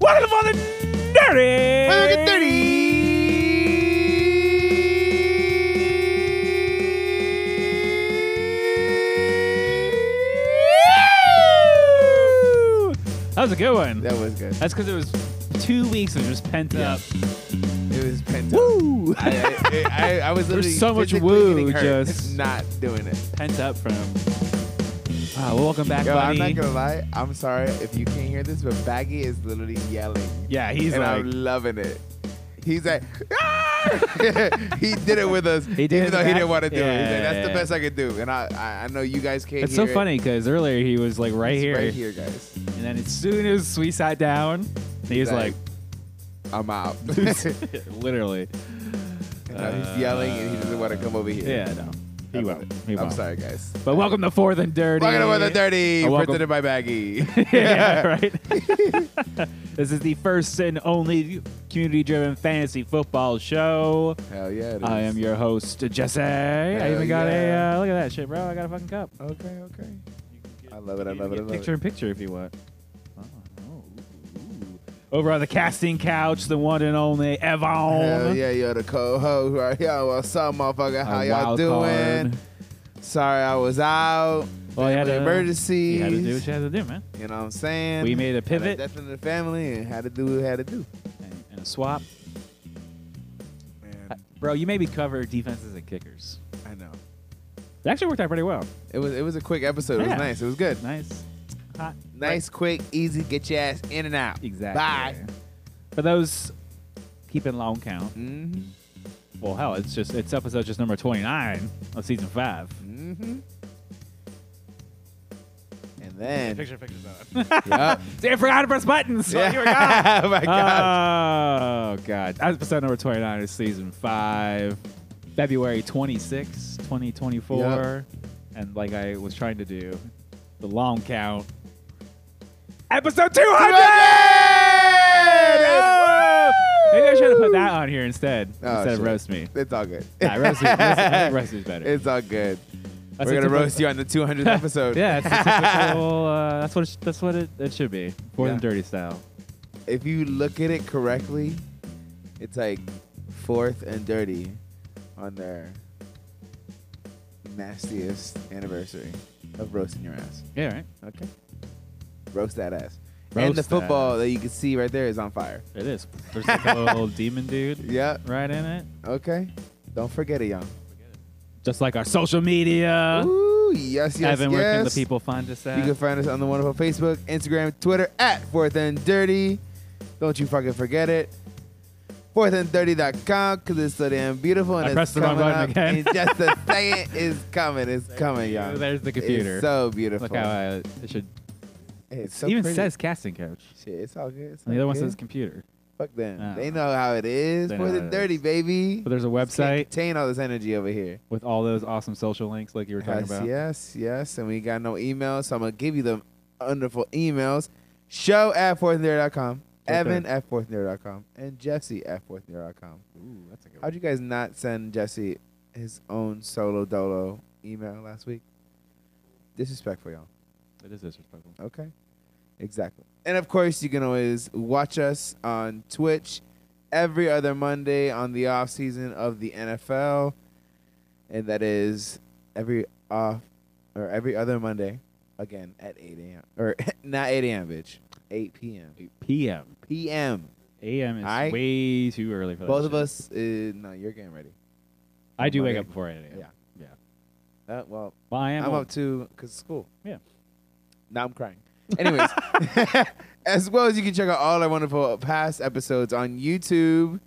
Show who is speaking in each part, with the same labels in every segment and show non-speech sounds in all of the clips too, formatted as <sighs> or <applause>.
Speaker 1: Welcome to the dirty.
Speaker 2: Welcome to
Speaker 1: Woo! That was a good one.
Speaker 2: That was good.
Speaker 1: That's because it was two weeks of just pent
Speaker 2: Yeah.
Speaker 1: up.
Speaker 2: It was pent up.
Speaker 1: Woo!
Speaker 2: I, I, I, I was literally
Speaker 1: There's so much
Speaker 2: physically
Speaker 1: woo,
Speaker 2: getting hurt,
Speaker 1: just-
Speaker 2: <laughs> not doing it.
Speaker 1: pent up from. Wow, well, welcome back,
Speaker 2: Yo, I'm
Speaker 1: buddy.
Speaker 2: not gonna lie. I'm sorry if you can't hear this, but Baggy is literally yelling,
Speaker 1: yeah, he's
Speaker 2: and
Speaker 1: like,
Speaker 2: I'm loving it. He's like, "Ah!" <laughs> he did it with us,
Speaker 1: He did it
Speaker 2: even though he
Speaker 1: back-
Speaker 2: didn't want to do it. He's like,
Speaker 1: Yeah.
Speaker 2: That's the best I could do, and I, I, I know you guys can't.
Speaker 1: it's so
Speaker 2: hear it.
Speaker 1: funny because earlier he was like right
Speaker 2: It's
Speaker 1: here,
Speaker 2: right here, guys.
Speaker 1: and then as soon as we sat down, he was like,
Speaker 2: Like,
Speaker 1: <laughs>
Speaker 2: I'm out. <laughs>
Speaker 1: literally,
Speaker 2: You know, he's yelling and he doesn't want to come over here.
Speaker 1: yeah, no,
Speaker 2: I
Speaker 1: he
Speaker 2: love
Speaker 1: won't,
Speaker 2: it.
Speaker 1: he
Speaker 2: I'm
Speaker 1: won't.
Speaker 2: sorry, guys.
Speaker 1: But welcome to Fourth and Dirty.
Speaker 2: Welcome to Weather Dirty,
Speaker 1: Uh, welcome.
Speaker 2: printed in my <laughs> baggy.
Speaker 1: <laughs> yeah, right.
Speaker 2: <laughs>
Speaker 1: this is the first and only community-driven fantasy football show.
Speaker 2: Hell yeah. it
Speaker 1: I
Speaker 2: is.
Speaker 1: am your host, Jesse. I
Speaker 2: Hell
Speaker 1: even got
Speaker 2: yeah.
Speaker 1: a uh, look at that shit, bro. I got a fucking cup. Oh,
Speaker 2: Okay, okay. I love it. I
Speaker 1: You
Speaker 2: love it. I
Speaker 1: can
Speaker 2: love
Speaker 1: get picture in picture if you want. Oh, Over on the casting couch, the one and only
Speaker 2: it.
Speaker 1: Evon.
Speaker 2: Hell yeah, yo, the co-host right here. What's up, motherfucker?
Speaker 1: A
Speaker 2: How y'all
Speaker 1: wild
Speaker 2: doing?
Speaker 1: card.
Speaker 2: Sorry, I was out.
Speaker 1: Well, you had
Speaker 2: Family
Speaker 1: to-
Speaker 2: emergencies.
Speaker 1: You had to do what you had to do, man.
Speaker 2: You know what I'm saying?
Speaker 1: We made a
Speaker 2: Had
Speaker 1: pivot.
Speaker 2: Death in the family and had to do what we had to do.
Speaker 1: And, and a swap.
Speaker 2: Man,
Speaker 1: Bro, you maybe cover defenses and kickers.
Speaker 2: I know.
Speaker 1: It actually worked out pretty well.
Speaker 2: It was it was a quick episode. It
Speaker 1: Yeah.
Speaker 2: was nice. It was good.
Speaker 1: Nice. Hot.
Speaker 2: Nice, quick, easy. Get your ass in and out.
Speaker 1: Exactly.
Speaker 2: Bye.
Speaker 1: For those keeping long count,
Speaker 2: Mm-hmm.
Speaker 1: well, hell, it's just it's episode just number 29 of season five.
Speaker 2: Mm-hmm. And then,
Speaker 1: Picture pictures <laughs>
Speaker 2: Yup.
Speaker 1: Damn, I forgot how to press buttons. Yeah. were Uh, gone.
Speaker 2: oh my <laughs> god.
Speaker 1: Oh god. That's episode number 29 of season 5. February 26, 2024. And like I was trying to do, the long count. Episode 200! Oh! Maybe I should have put that on here instead.
Speaker 2: Oh,
Speaker 1: instead of
Speaker 2: shit.
Speaker 1: roast me.
Speaker 2: <laughs> It's all good.
Speaker 1: Nah, roast me. roast- I think roast me's better.
Speaker 2: <laughs> It's all good.
Speaker 1: That's
Speaker 2: We're
Speaker 1: a
Speaker 2: gonna
Speaker 1: typical-
Speaker 2: roast you on
Speaker 1: <laughs>
Speaker 2: the 200th episode.
Speaker 1: Yeah, it's
Speaker 2: <laughs>
Speaker 1: a typical, uh, that's what it, sh- that's what it, it should be. More than
Speaker 2: Yeah.
Speaker 1: dirty style.
Speaker 2: if you look at it correctly, it's like fourth and dirty on their nastiest anniversary of roasting your ass.
Speaker 1: Yeah, right.
Speaker 2: Okay. Roast that ass.
Speaker 1: Roast
Speaker 2: and the
Speaker 1: that
Speaker 2: football
Speaker 1: ass.
Speaker 2: that you can see right there is on fire.
Speaker 1: It is. There's like a <laughs> little demon dude
Speaker 2: Yep.
Speaker 1: right in it.
Speaker 2: Okay. Don't forget it, y'all.
Speaker 1: Just like our social media.
Speaker 2: Ooh, yes, yes,
Speaker 1: Evan, where can the
Speaker 2: yes.
Speaker 1: people find us at?
Speaker 2: You can find us on the wonderful Facebook, Instagram, Twitter at Fourth and Dirty. Don't you fucking forget it. Fourthanddirty.com because it's so damn beautiful and
Speaker 1: I
Speaker 2: it's
Speaker 1: pressed the wrong
Speaker 2: coming
Speaker 1: button
Speaker 2: up
Speaker 1: again.
Speaker 2: in
Speaker 1: <laughs>
Speaker 2: just a second. It's coming. It's coming, y'all.
Speaker 1: There's the computer.
Speaker 2: It's so beautiful.
Speaker 1: Look how I it should.
Speaker 2: Hey, it's so
Speaker 1: It even
Speaker 2: pretty.
Speaker 1: says casting couch.
Speaker 2: shit. It's all good. It's
Speaker 1: And
Speaker 2: all
Speaker 1: the other one
Speaker 2: good.
Speaker 1: says computer.
Speaker 2: fuck them.
Speaker 1: Oh.
Speaker 2: they know how it is.
Speaker 1: They know
Speaker 2: Fourth
Speaker 1: how
Speaker 2: and
Speaker 1: it
Speaker 2: Dirty, baby.
Speaker 1: But there's a website
Speaker 2: Contain all this energy over here.
Speaker 1: with all those awesome social links, like you were talking
Speaker 2: Yes,
Speaker 1: about.
Speaker 2: yes, yes. And we got no emails, so I'm going to give you the wonderful emails. Show at fourthandare.com,
Speaker 1: Okay.
Speaker 2: Evan at fourthandare.com, and Jesse at fourthandare.com.
Speaker 1: Ooh, that's a good
Speaker 2: How'd you guys not send Jesse his own solo dolo email last week? Disrespectful, y'all.
Speaker 1: It is disrespectful.
Speaker 2: Okay. Exactly. And of course, you can always watch us on Twitch every other Monday on the off season of the NFL, and that is every off or every other Monday, again at 8 a.m. or <laughs> not 8 a.m. bitch, 8 p.m.
Speaker 1: 8 p.m.
Speaker 2: p.m.
Speaker 1: A.m. is
Speaker 2: I-
Speaker 1: way too early for that.
Speaker 2: Both of
Speaker 1: Oh, shit.
Speaker 2: us. Uh, no, you're getting ready.
Speaker 1: I do wake
Speaker 2: Monday.
Speaker 1: up before 8 a.m.
Speaker 2: Yeah.
Speaker 1: Yeah.
Speaker 2: Uh, well,
Speaker 1: Well, I am
Speaker 2: I'm
Speaker 1: old.
Speaker 2: up too because school.
Speaker 1: Yeah.
Speaker 2: Now I'm crying. Anyways, <laughs> as well as you can check out all our wonderful past episodes on YouTube.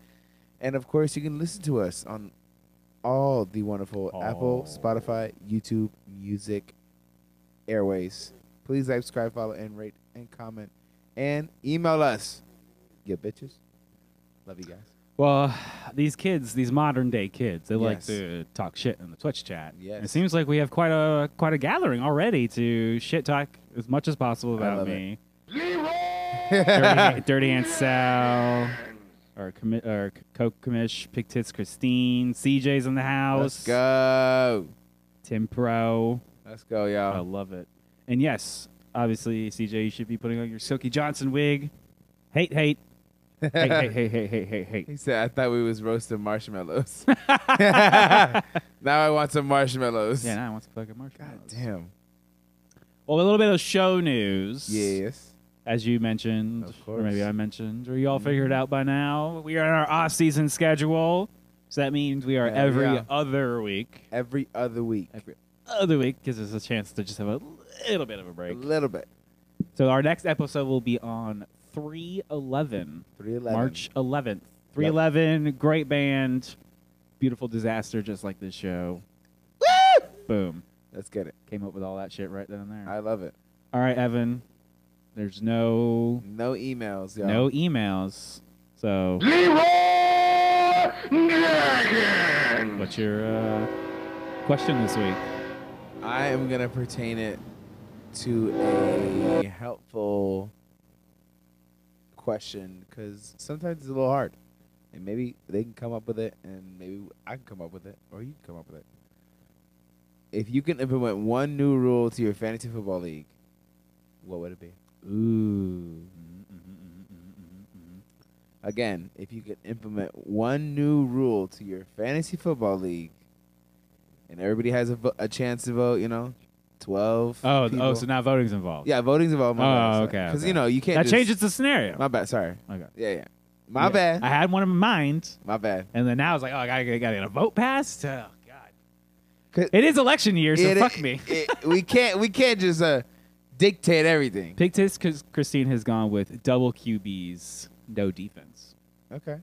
Speaker 2: And of course, you can listen to us on all the wonderful Apple,
Speaker 1: Oh.
Speaker 2: Spotify, YouTube, music, airways. Please like, subscribe, follow, and rate, and comment, and email us. You bitches. Love you guys. <laughs>
Speaker 1: Well, these kids, these modern day kids, they like
Speaker 2: Yes.
Speaker 1: to talk shit in the Twitch chat.
Speaker 2: Yes.
Speaker 1: It seems like we have quite a quite a gathering already to shit talk as much as possible
Speaker 2: I
Speaker 1: about
Speaker 2: love it.
Speaker 1: me.
Speaker 2: <laughs>
Speaker 1: Dirty, Dirty Aunt Sal, our, commi- our Coke Commish, Pig Tits Christine, CJ's in the
Speaker 2: Let's
Speaker 1: house,
Speaker 2: go.
Speaker 1: Tim Pro.
Speaker 2: Let's go,
Speaker 1: I
Speaker 2: y'all.
Speaker 1: love it. And yes, obviously, CJ, you should be putting on your Silky Johnson wig. Hate, hate. Hate, hate, hate, hate, hate, hate, hate.
Speaker 2: <laughs> He said, "I thought we was
Speaker 1: <laughs>
Speaker 2: roasting marshmallows. <laughs> now I want some marshmallows."
Speaker 1: Yeah, now I want some fucking marshmallows.
Speaker 2: God damn.
Speaker 1: Well, a little bit of show news.
Speaker 2: Yes.
Speaker 1: As you mentioned,
Speaker 2: Of
Speaker 1: or maybe
Speaker 2: course. Mm-hmm.
Speaker 1: I mentioned, or you all figured out by now, we are in our off-season schedule. So that means we are
Speaker 2: Hell
Speaker 1: every
Speaker 2: yeah.
Speaker 1: other week.
Speaker 2: Every other week,
Speaker 1: Every other week gives us a chance to just have a little bit of a
Speaker 2: a
Speaker 1: break.
Speaker 2: little bit.
Speaker 1: So our next episode will be on 311.
Speaker 2: Three eleven.
Speaker 1: March 11th. 311, great band, beautiful disaster, just like this show. Boom.
Speaker 2: Let's get it.
Speaker 1: Came up with all that shit right then and there.
Speaker 2: I love it.
Speaker 1: all right, Evan. There's no
Speaker 2: No emails, y'all.
Speaker 1: no emails. So what's your uh, question this week?
Speaker 2: I am gonna pertain it to a helpful question because sometimes it's a little hard, and maybe they can come up with it, and maybe I can come up with it, or you can come up with it. If you can implement one new rule to your fantasy football league, what would it be?
Speaker 1: Ooh.
Speaker 2: Again, if you could implement one new rule to your fantasy football league, and everybody has a, vo- a chance to vote, you know, twelve.
Speaker 1: Oh,
Speaker 2: people.
Speaker 1: oh, so now voting's involved.
Speaker 2: Yeah, voting's involved.
Speaker 1: Oh, okay,
Speaker 2: Because
Speaker 1: okay.
Speaker 2: you know you can't.
Speaker 1: That
Speaker 2: just,
Speaker 1: changes the scenario.
Speaker 2: My bad. Sorry.
Speaker 1: Okay.
Speaker 2: Yeah, yeah. My
Speaker 1: Yeah.
Speaker 2: bad.
Speaker 1: I had one in mind,
Speaker 2: My bad.
Speaker 1: and then now I was like, oh, I gotta, I gotta get a vote passed. Oh God.
Speaker 2: 'Cause-
Speaker 1: It is election year, so
Speaker 2: It-
Speaker 1: fuck me.
Speaker 2: <laughs> it- we can't. We can't just uh, dictate everything.
Speaker 1: Pig Tits Chris- Christine has gone with double QBs, no defense.
Speaker 2: Okay.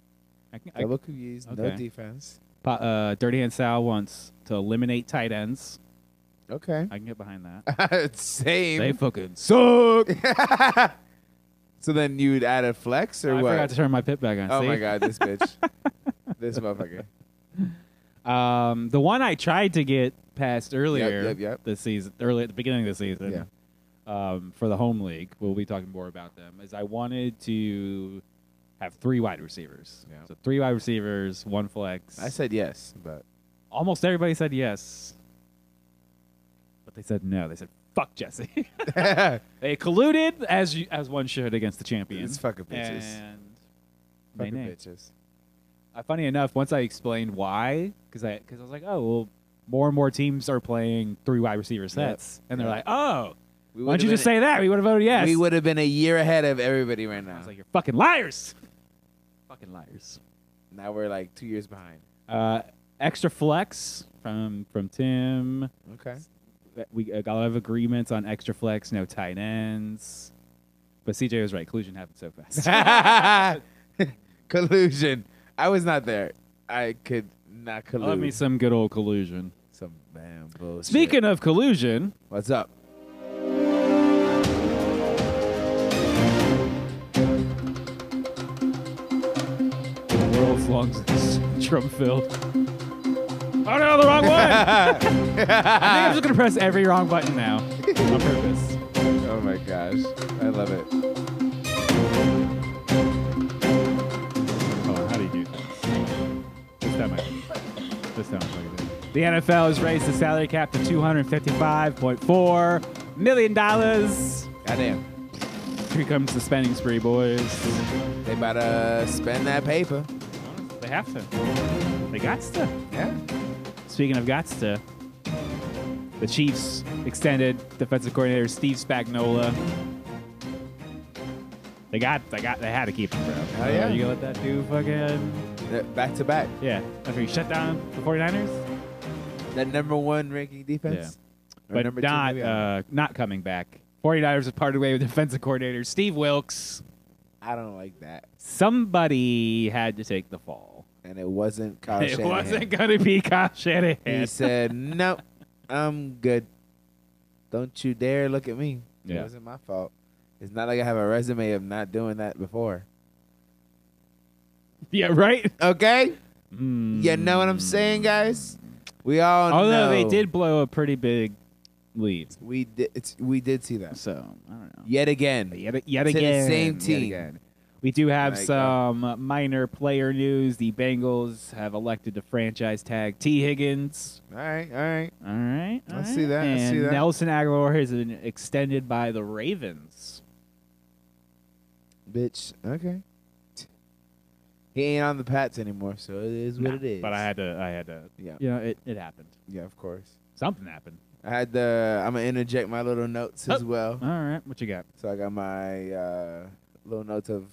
Speaker 1: I can, I,
Speaker 2: Double QBs, no
Speaker 1: okay.
Speaker 2: defense.
Speaker 1: po- uh, Dirty Hand Sal wants to eliminate tight ends.
Speaker 2: Okay.
Speaker 1: I can get behind that. They
Speaker 2: <laughs> Same.
Speaker 1: fucking suck.
Speaker 2: <laughs> so then you'd add a flex or
Speaker 1: I
Speaker 2: what?
Speaker 1: forgot to turn my pit back on.
Speaker 2: oh
Speaker 1: see?
Speaker 2: my god, this bitch,
Speaker 1: <laughs>
Speaker 2: this motherfucker.
Speaker 1: Um, the one I tried to get past earlier
Speaker 2: yep, yep.
Speaker 1: this season, early at the beginning of the season,
Speaker 2: Yeah.
Speaker 1: um, for the home league, we'll be talking more about them, is I wanted to have three wide receivers.
Speaker 2: Yeah.
Speaker 1: So three wide receivers, one flex.
Speaker 2: I said yes, but <laughs>
Speaker 1: Almost everybody said yes, but they said no. They said, fuck Jesse. <laughs> they colluded, as you, as one should, against the champion.
Speaker 2: it's fucking bitches.
Speaker 1: and they
Speaker 2: Fucking
Speaker 1: named.
Speaker 2: bitches.
Speaker 1: Uh, funny enough, once I explained why, because I because I was like, oh well, more and more teams are playing three wide receiver sets, and they're
Speaker 2: Yep.
Speaker 1: like, oh,
Speaker 2: We
Speaker 1: why don't you
Speaker 2: would've
Speaker 1: just
Speaker 2: been
Speaker 1: say that? We would have voted
Speaker 2: a-
Speaker 1: yes.
Speaker 2: We would have been a year ahead of everybody right
Speaker 1: I
Speaker 2: now.
Speaker 1: was like, you're fucking liars. fucking liars.
Speaker 2: now we're like two years behind.
Speaker 1: Uh, extra flex from from Tim.
Speaker 2: Okay.
Speaker 1: That We uh, got a lot of agreements on extra flex, no tight ends. But CJ was right. Collusion happened so fast.
Speaker 2: collusion. I was not there. I could not collude.
Speaker 1: Love Oh, me some good old collusion.
Speaker 2: Some man bullshit.
Speaker 1: Speaking of collusion,
Speaker 2: what's up?
Speaker 1: the world's <laughs> longest drum fill. Oh no, the <laughs> wrong one. I think I'm just gonna press every wrong button now on purpose.
Speaker 2: oh my gosh, I love it.
Speaker 1: Oh, how do you do this? This time I This time I The NFL has raised the salary cap to $255.4 million. dollars.
Speaker 2: Goddamn,
Speaker 1: Here comes the spending spree, boys.
Speaker 2: they about to spend that paper.
Speaker 1: They have to. They got to.
Speaker 2: Yeah.
Speaker 1: Speaking of gots to, the Chiefs extended defensive coordinator Steve Spagnuolo. They got, they got, they had to keep him, bro.
Speaker 2: Hell yeah.
Speaker 1: Are you gonna let that dude fucking?
Speaker 2: They're Back to back,
Speaker 1: Yeah, after he shut down the 49ers,
Speaker 2: that number one ranking defense. Or
Speaker 1: but
Speaker 2: number two,
Speaker 1: not,
Speaker 2: maybe?
Speaker 1: uh, not coming back. 49ers have parted way with defensive coordinator Steve Wilkes.
Speaker 2: I don't like that.
Speaker 1: Somebody had to take the fall.
Speaker 2: And it
Speaker 1: <laughs>
Speaker 2: wasn't Kyle
Speaker 1: it
Speaker 2: Shanahan.
Speaker 1: wasn't gonna be Kyle Shanahan.
Speaker 2: He said, "Nope, I'm good. Don't you dare look at me. It
Speaker 1: Yeah.
Speaker 2: wasn't my fault. It's not like I have a resume of not doing that before.
Speaker 1: yeah, right.
Speaker 2: Okay,
Speaker 1: Mm.
Speaker 2: you know what I'm saying, guys. We all
Speaker 1: Although
Speaker 2: know.
Speaker 1: they did blow a pretty big lead.
Speaker 2: we did, it's, we did see that
Speaker 1: So I don't know.
Speaker 2: yet again.
Speaker 1: But Yet, yet
Speaker 2: To the
Speaker 1: again,
Speaker 2: same
Speaker 1: yet
Speaker 2: team.
Speaker 1: again. We do have
Speaker 2: Like, uh,
Speaker 1: some minor player news. The Bengals have elected to franchise tag T. Higgins.
Speaker 2: All right, all right.
Speaker 1: All right, all
Speaker 2: I
Speaker 1: right.
Speaker 2: see that, I
Speaker 1: And
Speaker 2: see that.
Speaker 1: Nelson Aguilar has been extended by the Ravens.
Speaker 2: bitch. Okay. He ain't on the Pats anymore, so it is what
Speaker 1: Nah,
Speaker 2: it is.
Speaker 1: But I had to. I had to.
Speaker 2: Yeah.
Speaker 1: You know, it, it happened.
Speaker 2: Yeah, of course.
Speaker 1: Something happened.
Speaker 2: I had the. I'm gonna interject my little notes as
Speaker 1: Oh.
Speaker 2: well.
Speaker 1: All right. What you got?
Speaker 2: So I got my uh, little notes of.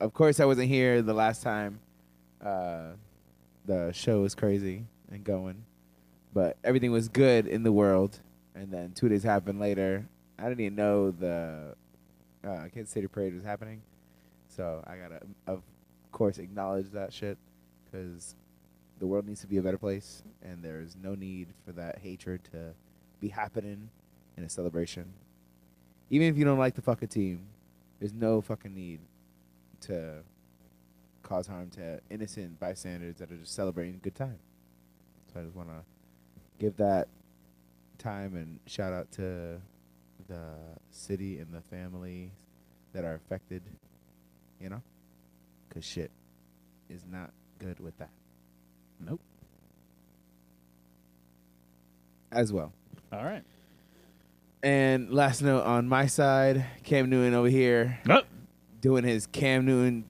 Speaker 2: Of course, I wasn't here the last time. Uh, the show was crazy and going, but everything was good in the world. And then two days happened later. I didn't even know the uh, Kansas City Parade was happening, so I gotta, of course, acknowledge that shit because the world needs to be a better place, and there is no need for that hatred to be happening in a celebration even if you don't like the fucking team, there's no fucking need to cause harm to innocent bystanders that are just celebrating a good time. So I just want to give that time and shout out to the city and the family that are affected, you know? Because shit is not good with that.
Speaker 1: Nope.
Speaker 2: As well.
Speaker 1: All right.
Speaker 2: And last note on my side, Cam Newton over here
Speaker 1: Oh,
Speaker 2: doing his Cam Newton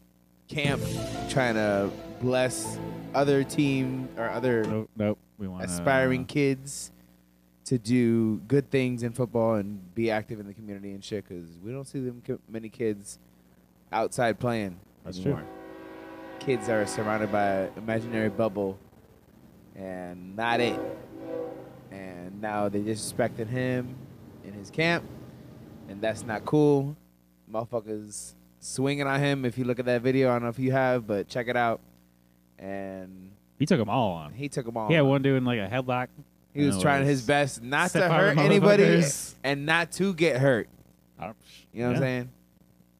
Speaker 2: camp, trying to bless other team or other
Speaker 1: nope. Nope. We uh, want
Speaker 2: aspiring kids to do good things in football and be active in the community and shit. Because we don't see them ki- many kids outside playing
Speaker 1: That's true.
Speaker 2: anymore. Kids are surrounded by an imaginary bubble, and not it. And now they're disrespecting him in his camp, and that's not cool. Motherfuckers swinging on him. If you look at that video, I don't know if you have, but check it out. And
Speaker 1: He took them all on.
Speaker 2: he took them all.
Speaker 1: He had
Speaker 2: out.
Speaker 1: one doing like a headlock.
Speaker 2: He was
Speaker 1: No
Speaker 2: trying
Speaker 1: worries.
Speaker 2: his best not to
Speaker 1: Separate
Speaker 2: hurt anybody
Speaker 1: motherfuckers.
Speaker 2: and not to get hurt.
Speaker 1: I don't-
Speaker 2: You know what
Speaker 1: yeah.
Speaker 2: I'm saying?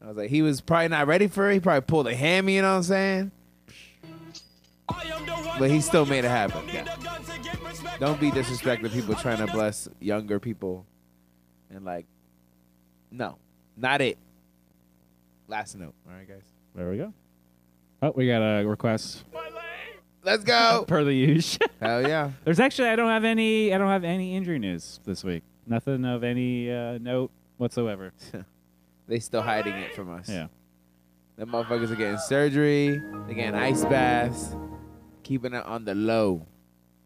Speaker 2: I was like, he was probably not ready for it. He probably pulled a hammy. You know what I'm saying?
Speaker 3: But he still made it happen.
Speaker 2: Don't be disrespectful to people trying to bless younger people. And like, no, not it. Last note. All right, guys.
Speaker 1: There we go. Oh, we got a request
Speaker 2: Let's go.
Speaker 1: per the use.
Speaker 2: <laughs> Hell yeah.
Speaker 1: <laughs> There's actually I don't have any I don't have any injury news this week. Nothing of any uh, note <laughs> whatsoever.
Speaker 2: They still hiding it from us.
Speaker 1: Yeah.
Speaker 2: Them motherfuckers are getting surgery. They're getting ice baths. Keeping it on the low.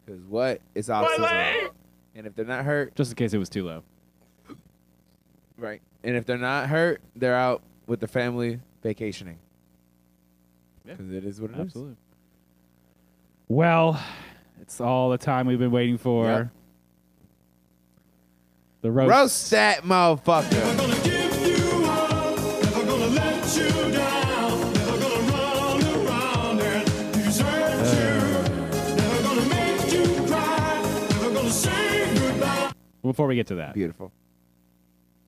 Speaker 2: Because what? It's off season. And if they're not hurt,
Speaker 1: Just in case it was too low.
Speaker 2: right. And if they're not hurt, they're out with the family vacationing.
Speaker 1: Yeah.
Speaker 2: Because it is what it is.
Speaker 1: Absolutely. Well, it's all the time we've been waiting for.
Speaker 2: Yep.
Speaker 1: The roast.
Speaker 2: Roast that motherfucker.
Speaker 1: Before we get to that,
Speaker 2: Beautiful.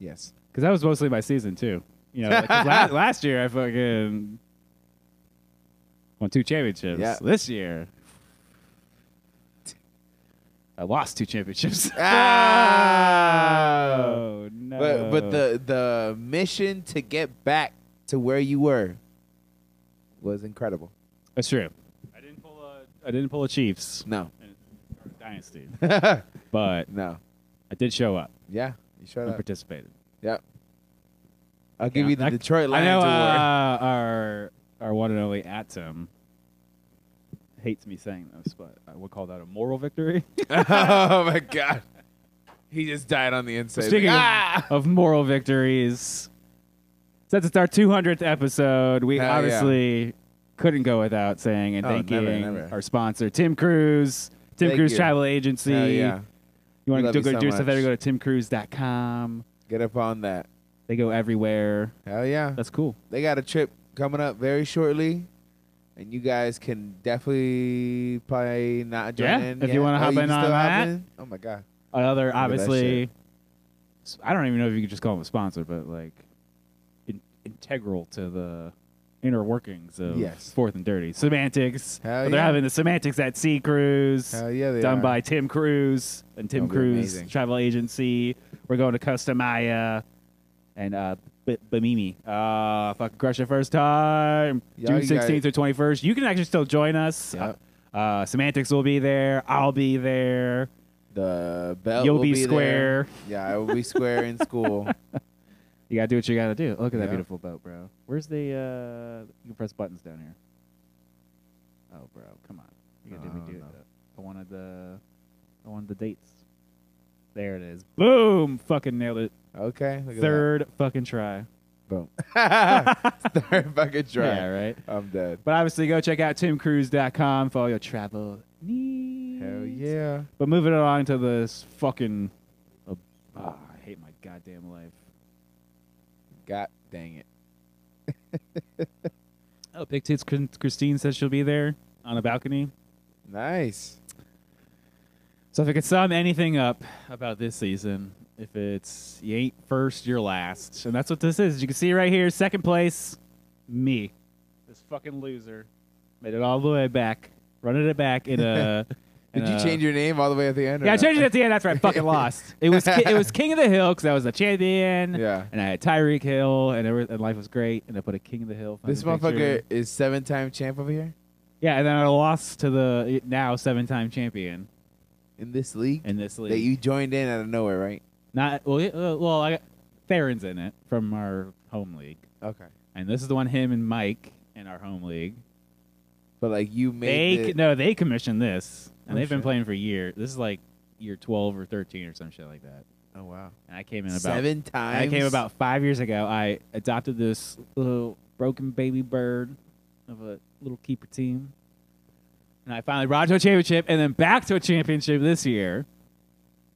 Speaker 2: Yes.
Speaker 1: because that was mostly my season too. You know, like, 'cause
Speaker 2: <laughs>
Speaker 1: la- last, year I fucking won two championships.
Speaker 2: Yeah.
Speaker 1: This year I lost two
Speaker 2: <laughs>
Speaker 1: championships.
Speaker 2: Ah!
Speaker 1: <laughs> oh no!
Speaker 2: But, but the the mission to get back to where you were was incredible.
Speaker 1: that's true. I didn't pull a I didn't pull a Chiefs
Speaker 2: No,
Speaker 1: or a
Speaker 2: <laughs>
Speaker 1: dynasty,
Speaker 2: no.
Speaker 1: but I did show up
Speaker 2: Yeah, you showed
Speaker 1: and
Speaker 2: up.
Speaker 1: participated.
Speaker 2: Yep. I'll give you the
Speaker 1: I-
Speaker 2: Detroit
Speaker 1: I
Speaker 2: Lions
Speaker 1: know uh,
Speaker 2: award.
Speaker 1: our our one and only Atom hates me saying this, but I would call that a moral victory.
Speaker 2: <laughs> oh my god, he just died on the
Speaker 1: uh,
Speaker 2: inside. Ah!
Speaker 1: Speaking
Speaker 2: Like,
Speaker 1: of, of moral victories, since it's our 200th episode, we
Speaker 2: Hell yeah.
Speaker 1: obviously couldn't go without saying and
Speaker 2: Oh,
Speaker 1: thanking
Speaker 2: never, never.
Speaker 1: our sponsor, Tim Cruise, Tim
Speaker 2: Thank
Speaker 1: Cruise
Speaker 2: you.
Speaker 1: Travel Agency.
Speaker 2: Hell yeah,
Speaker 1: You
Speaker 2: We
Speaker 1: want
Speaker 2: love
Speaker 1: to
Speaker 2: you
Speaker 1: go
Speaker 2: so
Speaker 1: do stuff
Speaker 2: much.
Speaker 1: there, go to timcruise.com.
Speaker 2: get up on that.
Speaker 1: They go everywhere.
Speaker 2: Hell yeah,
Speaker 1: That's cool.
Speaker 2: they got a trip coming up very shortly, and you guys can definitely probably not join
Speaker 1: Yeah,
Speaker 2: in.
Speaker 1: if you wanna
Speaker 2: to
Speaker 1: hop in on that.
Speaker 2: Oh my god,
Speaker 1: Another,
Speaker 2: at that
Speaker 1: obviously,
Speaker 2: shit.
Speaker 1: s- I don't even know if you could just call them a sponsor, but like in, integral to the inner workings of
Speaker 2: Yes.
Speaker 1: Fourth and Dirty. Semantics.
Speaker 2: Hell
Speaker 1: They're
Speaker 2: yeah.
Speaker 1: having the Semantics at Sea Cruise.
Speaker 2: hell yeah, they
Speaker 1: done
Speaker 2: are.
Speaker 1: by Tim Cruise and Tim
Speaker 2: That'll be
Speaker 1: Cruise
Speaker 2: amazing.
Speaker 1: Travel Agency. We're going to Customaya and uh, B- Bimini. Uh, fucking crush it first time.
Speaker 2: Yeah,
Speaker 1: June
Speaker 2: you got
Speaker 1: 16th or 21st. You can actually still join us.
Speaker 2: Yep.
Speaker 1: Uh, uh, Semantics will be there. I'll be there.
Speaker 2: the belt.
Speaker 1: You'll
Speaker 2: will
Speaker 1: be,
Speaker 2: there.
Speaker 1: square. <laughs>
Speaker 2: Yeah, I will be square in school.
Speaker 1: You gotta do what you gotta do. Look at that
Speaker 2: Yeah.
Speaker 1: beautiful boat, bro. Where's the? uh You can press buttons down here. Oh, bro, come on. You gotta
Speaker 2: Oh, No,
Speaker 1: do
Speaker 2: I
Speaker 1: me do
Speaker 2: don't
Speaker 1: it.
Speaker 2: know.
Speaker 1: though. I wanted the. I wanted the dates. There it is. Boom! Fucking nailed it.
Speaker 2: Okay. Look
Speaker 1: Third fucking try.
Speaker 2: At that. Boom. <laughs> Third fucking try.
Speaker 1: Yeah, right.
Speaker 2: I'm dead.
Speaker 1: But obviously, go check out TimCruise.com for all your travel needs.
Speaker 2: Hell yeah.
Speaker 1: But moving on to this fucking. Uh, ah, I hate my goddamn life.
Speaker 2: God dang it.
Speaker 1: Oh, Big Tits Chris- Christine says she'll be there on a balcony.
Speaker 2: Nice.
Speaker 1: So if I could sum anything up about this season, if it's you ain't first, you're last. And that's what this is. You can see right here, second place, me. This fucking loser. Made it all the way back. Running it back in a.
Speaker 2: <laughs> Did you change your name all the way at the end?
Speaker 1: uh,
Speaker 2: or
Speaker 1: Yeah, I
Speaker 2: not?
Speaker 1: changed it at the end. That's right. I
Speaker 2: <laughs>
Speaker 1: fucking lost. It was ki- it was King of the Hill because I was the champion.
Speaker 2: Yeah.
Speaker 1: And I had Tyreek Hill, and, every, and life was great. And I put a King of the Hill.
Speaker 2: This
Speaker 1: fucking picture.
Speaker 2: motherfucker is seven time champ over here
Speaker 1: Yeah, and then I lost to the now seven-time champion
Speaker 2: in this league
Speaker 1: in this league.
Speaker 2: that you joined in out of nowhere, right?
Speaker 1: Not well. yeah, Uh, well, I got Theron's in it from our home league,
Speaker 2: Okay.
Speaker 1: and this is the one him and Mike in our home league.
Speaker 2: But like you made
Speaker 1: They
Speaker 2: the-
Speaker 1: c no, they commissioned this, and
Speaker 2: Oh,
Speaker 1: they've been
Speaker 2: shit.
Speaker 1: playing for a year. This is like year twelve or thirteen or some shit like that.
Speaker 2: Oh wow.
Speaker 1: And I came in about
Speaker 2: Seven
Speaker 1: I
Speaker 2: times.
Speaker 1: came about five years ago. I adopted this little broken baby bird of a little keeper team. And I finally brought it to a championship and then back to a championship this year,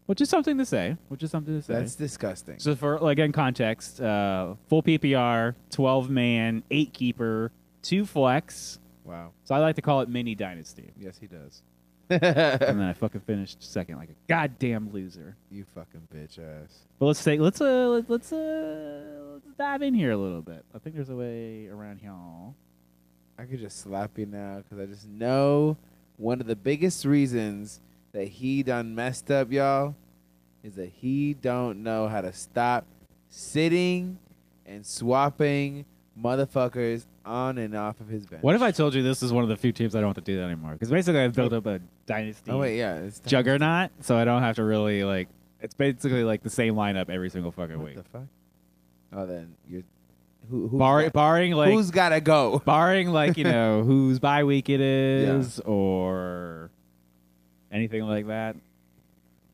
Speaker 1: which is something to say. Which is something to say.
Speaker 2: That's disgusting.
Speaker 1: so, for like in context, uh, full PPR, 12 man, 8 keeper, 2 flex.
Speaker 2: wow.
Speaker 1: So, I like to call it mini dynasty.
Speaker 2: <laughs> Yes, he does.
Speaker 1: and then I fucking finished second like a goddamn loser.
Speaker 2: you fucking bitch ass.
Speaker 1: But let's take let's uh let- let's uh let's dive in here a little bit. I think there's a way around here.
Speaker 2: I could just slap you now because I just know one of the biggest reasons that he done messed up, y'all, is that he don't know how to stop sitting and swapping motherfuckers on and off of his bench.
Speaker 1: What if I told you this is one of the few teams I don't have to do that anymore? Because basically I've built up a dynasty
Speaker 2: Oh wait, yeah, it's
Speaker 1: juggernaut, so I don't have to really like. It's basically like the same lineup every single fucking
Speaker 2: What
Speaker 1: week,
Speaker 2: the fuck? Oh, then you're who? Who's,
Speaker 1: Bar-
Speaker 2: got,
Speaker 1: barring like
Speaker 2: who's gotta go?
Speaker 1: barring like you know whose bye week it is or anything like that.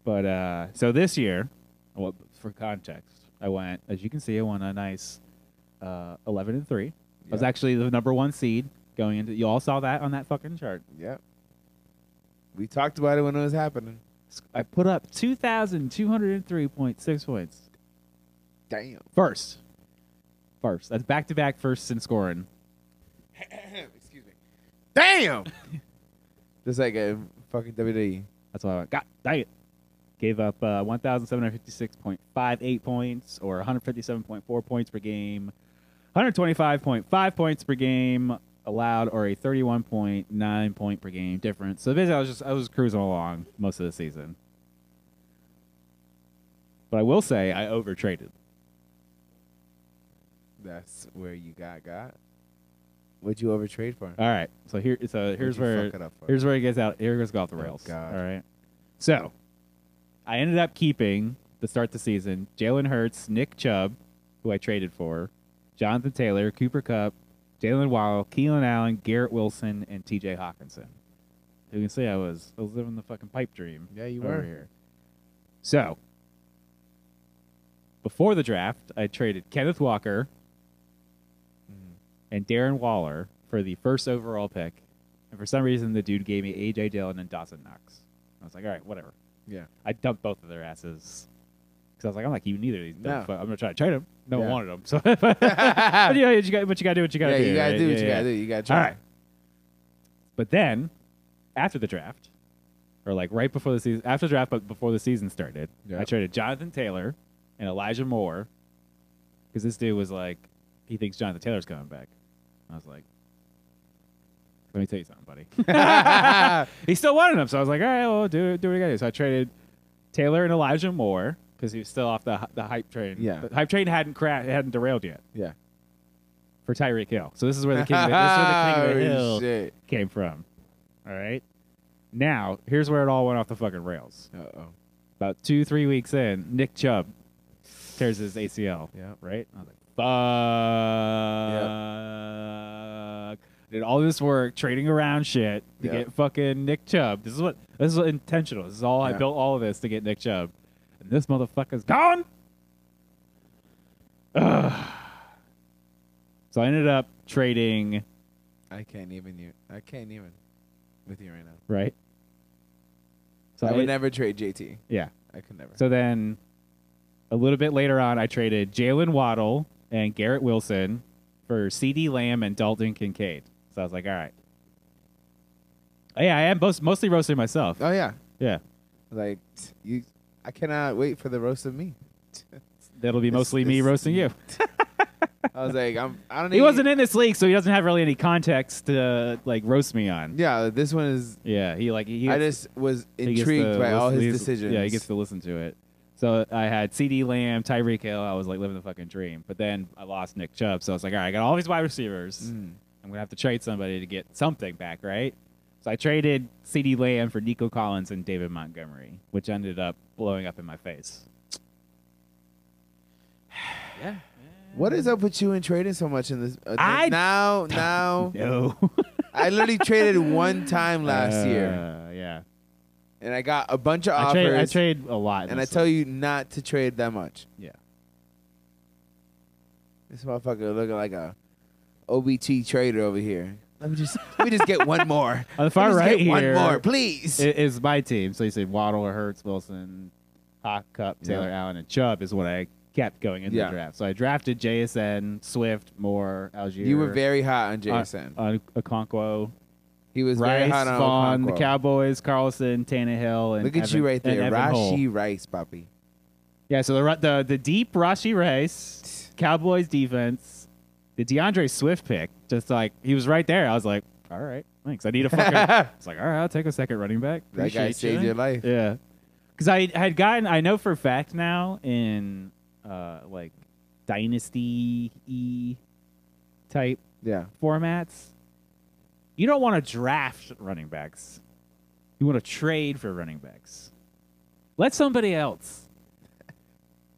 Speaker 1: But uh so this year, well, for context, I went as you can see, I won a nice uh, eleven and three. I was
Speaker 2: Yeah.
Speaker 1: actually the number one seed going into. You all saw that on that fucking chart.
Speaker 2: Yep. We talked about it when it was happening.
Speaker 1: I put up two thousand two hundred and three point six points.
Speaker 2: Damn.
Speaker 1: First. First. That's back to back first in scoring.
Speaker 2: <laughs> Excuse me. <laughs> Damn. Just like a fucking E. WWE.
Speaker 1: That's why I went, God dang it. Gave up uh, 1,756.58 points or 157.4 points per game, 125.5 points per game allowed, or a 31.9 point per game difference. So basically, I was just I was cruising along most of the season. But I will say I overtraded.
Speaker 2: That's where you got got. What'd you overtrade for?
Speaker 1: All right, so here so
Speaker 2: What'd
Speaker 1: here's
Speaker 2: you
Speaker 1: where
Speaker 2: fuck it up for?
Speaker 1: Here's where it gets out. Here goes off the
Speaker 2: Oh,
Speaker 1: rails.
Speaker 2: God.
Speaker 1: All right. So, I ended up keeping to start the season Jalen Hurts, Nick Chubb, who I traded for, Jonathan Taylor, Cooper Cup, Jalen Waddle, Keelan Allen, Garrett Wilson, and T.J. Hawkinson. You can see I was I was living the fucking pipe dream
Speaker 2: yeah, you
Speaker 1: over
Speaker 2: were.
Speaker 1: here. So, before the draft, I traded Kenneth Walker
Speaker 2: Mhm.
Speaker 1: and Darren Waller for the first overall pick. And for some reason, the dude gave me AJ Dillon and Dawson Knox. I was like, all right, whatever.
Speaker 2: Yeah.
Speaker 1: I dumped both of their asses because I was like, I'm not keeping either of these.
Speaker 2: No.
Speaker 1: Dumb fu- I'm gonna try to trade them. No
Speaker 2: Yeah.
Speaker 1: one wanted them. So, <laughs> but you know, you got, but you got to do what you got to
Speaker 2: yeah,
Speaker 1: do.
Speaker 2: you gotta
Speaker 1: right?
Speaker 2: do what
Speaker 1: Yeah,
Speaker 2: you
Speaker 1: yeah.
Speaker 2: gotta do. You gotta
Speaker 1: All
Speaker 2: try.
Speaker 1: right. But then, after the draft, or like right before the season, after the draft, but before the season started,
Speaker 2: Yeah.
Speaker 1: I traded Jonathan Taylor and Elijah Moore because this dude was like, he thinks Jonathan Taylor's coming back. I was like, let me tell you something, buddy.
Speaker 2: <laughs>
Speaker 1: he still wanted him, so I was like, all right, well, do do what you gotta do. So I traded Taylor and Elijah Moore because he was still off the the hype train.
Speaker 2: Yeah.
Speaker 1: the hype train hadn't crashed, hadn't derailed yet
Speaker 2: Yeah.
Speaker 1: for Tyreek Hill. So this is where the king, of the, this is where the king of the hill
Speaker 2: <laughs> oh, shit.
Speaker 1: came from. All right. Now, here's where it all went off the fucking rails.
Speaker 2: Uh oh.
Speaker 1: About two, three weeks in, Nick Chubb tears his ACL.
Speaker 2: Yeah.
Speaker 1: Right? I was like, fuck. Did all this work trading around shit to
Speaker 2: Yeah.
Speaker 1: get fucking Nick Chubb. This is what this is intentional. This is all I
Speaker 2: Yeah.
Speaker 1: built all of this to get Nick Chubb. And this motherfucker's gone. <sighs> Ugh. So I ended up trading
Speaker 2: I can't even you. I can't even with you right now.
Speaker 1: right. So
Speaker 2: I
Speaker 1: I-
Speaker 2: would never trade JT.
Speaker 1: yeah.
Speaker 2: I could never.
Speaker 1: So then a little bit later on, I traded Jalen Waddle and Garrett Wilson for CD Lamb and Dalton Kincaid. So I was like, all right. Oh, yeah, I am most, mostly roasting myself.
Speaker 2: oh yeah,
Speaker 1: Yeah.
Speaker 2: like t- you. I cannot wait for the roast of me. <laughs>
Speaker 1: That'll be
Speaker 2: It's-
Speaker 1: mostly me
Speaker 2: it's-
Speaker 1: roasting you.
Speaker 2: I was like, I'm. I don't.
Speaker 1: He
Speaker 2: even-
Speaker 1: wasn't in this league, so he doesn't have really any context to like roast me on.
Speaker 2: Yeah, this one is.
Speaker 1: Yeah, he like he.
Speaker 2: I
Speaker 1: gets-
Speaker 2: just was
Speaker 1: he gets
Speaker 2: intrigued
Speaker 1: to
Speaker 2: by all
Speaker 1: listen-
Speaker 2: his
Speaker 1: he's-
Speaker 2: decisions.
Speaker 1: Yeah, he gets to listen to it. So I had CD Lamb, Tyreek Hill. I was like living the fucking dream. But then I lost Nick Chubb, so I was like, all right, I got all these wide receivers.
Speaker 2: Mm.
Speaker 1: I'm gonna have to trade somebody to get something back, right? So I traded CD Lamb for Nico Collins and David Montgomery, which ended up blowing up in my face. yeah.
Speaker 2: What is up with you and trading so much in this? Uh,
Speaker 1: I
Speaker 2: now
Speaker 1: <laughs>
Speaker 2: now
Speaker 1: No.
Speaker 2: I literally traded one time last year,
Speaker 1: Uh, Yeah.
Speaker 2: and I got a bunch of
Speaker 1: I
Speaker 2: offers.
Speaker 1: trade, I trade a lot.
Speaker 2: and I
Speaker 1: mostly.
Speaker 2: tell you not to trade that much.
Speaker 1: Yeah.
Speaker 2: This motherfucker looking like a OBT trader over here. Let me just let me just get one more.
Speaker 1: <laughs> on the
Speaker 2: Let me
Speaker 1: far
Speaker 2: just
Speaker 1: right
Speaker 2: get one
Speaker 1: here
Speaker 2: more, please.
Speaker 1: i- is my team. So you said Waddle, Hurts, Wilson, Hawk, Cup, Taylor,
Speaker 2: Yeah.
Speaker 1: Allen, and Chubb is what I kept going into
Speaker 2: Yeah.
Speaker 1: the draft. So I drafted JSN, Swift, Moore, Algier.
Speaker 2: you were very hot on Jason.
Speaker 1: on Okonkwo.
Speaker 2: he was very
Speaker 1: Uh, Rice,
Speaker 2: hot on
Speaker 1: Vaughn, the
Speaker 2: Okonkwo.
Speaker 1: Cowboys, Carlson, Tannehill, and
Speaker 2: Look at
Speaker 1: Evan-
Speaker 2: you right
Speaker 1: and
Speaker 2: there,
Speaker 1: Evan Hull.
Speaker 2: Rashi Rice, Papi.
Speaker 1: Yeah, so the ru- the the deep Rashi Rice, Cowboys defense, the DeAndre Swift pick, just like he was right there. I was like, all right, thanks. I need a fucking.
Speaker 2: <laughs>
Speaker 1: it's like, all right, I'll take a second running back.
Speaker 2: That guy
Speaker 1: Appreciate
Speaker 2: saved
Speaker 1: ya.
Speaker 2: your life.
Speaker 1: Yeah, because I had gotten I know for a fact now in uh like dynasty e type
Speaker 2: Yeah.
Speaker 1: formats, you don't want to draft running backs. You want to trade for running backs. Let somebody else. <laughs>